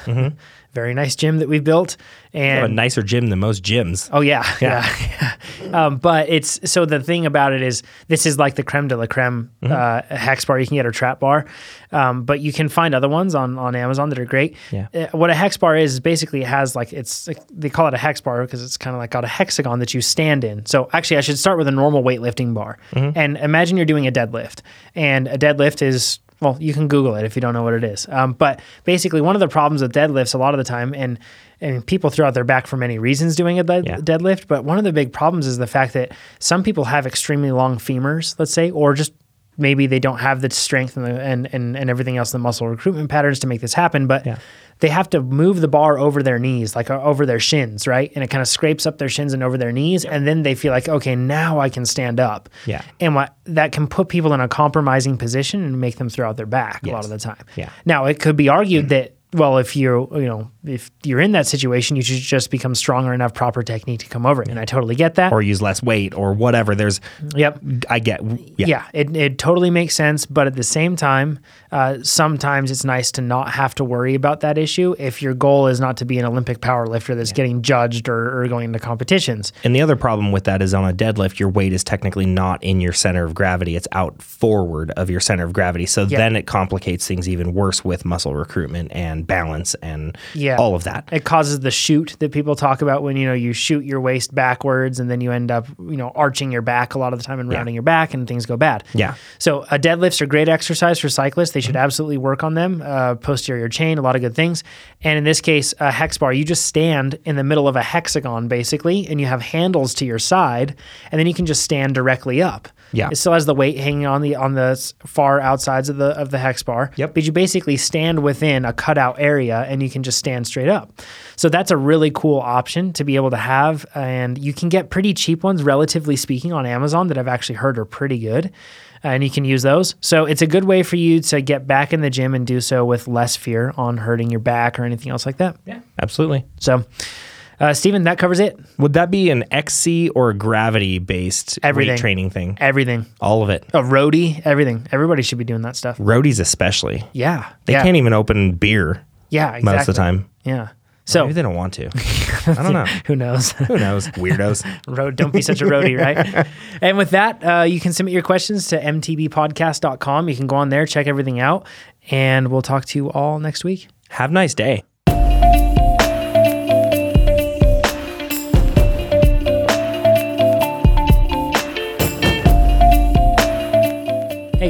S1: very nice gym that we've built,
S2: have a
S1: and
S2: nicer gym than most gyms.
S1: Oh yeah, *laughs* yeah. yeah. *laughs* um, but it's so the thing about it is this is like the creme de la creme uh, hex bar. You can get a trap bar, um, but you can find other ones on on Amazon that are great.
S2: Yeah.
S1: Uh, what a hex bar is is basically it has like it's like, they call it a hex bar because it's kind of like got a hexagon that you stand in. So actually, I should start with a normal weightlifting bar and imagine you're doing a deadlift, and a deadlift is well, you can Google it if you don't know what it is. Um, but basically, one of the problems with deadlifts a lot of the time, and and people throw out their back for many reasons doing a dead,
S2: Yeah.
S1: deadlift. But one of the big problems is the fact that some people have extremely long femurs, let's say, or just maybe they don't have the strength and the, and, and and everything else, the muscle recruitment patterns to make this happen. But
S2: Yeah.
S1: they have to move the bar over their knees, like uh, over their shins, right? And it kind of scrapes up their shins and over their knees, and then they feel like, okay, now I can stand up.
S2: Yeah.
S1: And what that can put people in a compromising position and make them throw out their back a lot
S2: Yes.
S1: of the time.
S2: Yeah.
S1: Now it could be argued that well, if you're you know if you're in that situation, you should just become stronger enough, proper technique to come over it. And I totally get that.
S2: or use less weight or whatever. There's,
S1: yep.
S2: I get, yeah,
S1: Yeah. it it totally makes sense, but at the same time, uh, sometimes it's nice to not have to worry about that issue if your goal is not to be an Olympic power lifter that's getting judged or, or going into competitions.
S2: And the other problem with that is on a deadlift, your weight is technically not in your center of gravity. It's out forward of your center of gravity. So then it complicates things even worse with muscle recruitment and balance and
S1: Yeah.
S2: all of that.
S1: It causes the shoot that people talk about when you know you shoot your waist backwards and then you end up you know arching your back a lot of the time and rounding your back and things go bad.
S2: Yeah. Mm-hmm.
S1: So uh, deadlifts are great exercise for cyclists. They should absolutely work on them. Uh, posterior chain, a lot of good things. And in this case, a hex bar, you just stand in the middle of a hexagon basically, and you have handles to your side, and then you can just stand directly up.
S2: Yeah.
S1: It still has the weight hanging on the on the s- far outsides of the of the hex bar.
S2: Yep.
S1: But you basically stand within a cutout area and you can just stand straight up. So that's a really cool option to be able to have, and you can get pretty cheap ones, relatively speaking, on Amazon that I've actually heard are pretty good. And you can use those. So it's a good way for you to get back in the gym and do so with less fear on hurting your back or anything else like that. Yeah.
S2: Absolutely.
S1: So, uh, Steven, that covers it.
S2: Would that be an XC or gravity based
S1: Everything.
S2: weight training thing?
S1: Everything.
S2: all of it.
S1: A roadie, everything. Everybody should be doing that stuff.
S2: Roadies, especially.
S1: Yeah.
S2: They
S1: yeah.
S2: can't even open beer
S1: Yeah, exactly.
S2: most of the time.
S1: Yeah. So
S2: Maybe they don't
S1: *laughs*
S2: want to. I don't know.
S1: who *laughs* knows?
S2: Who knows? Weirdos.
S1: Road, don't be such a roadie, *laughs* right? and with that, uh, you can submit your questions to mtbpodcast.com. You can go on there, check everything out, and we'll talk to you all next week.
S2: Have a nice day.
S1: Hey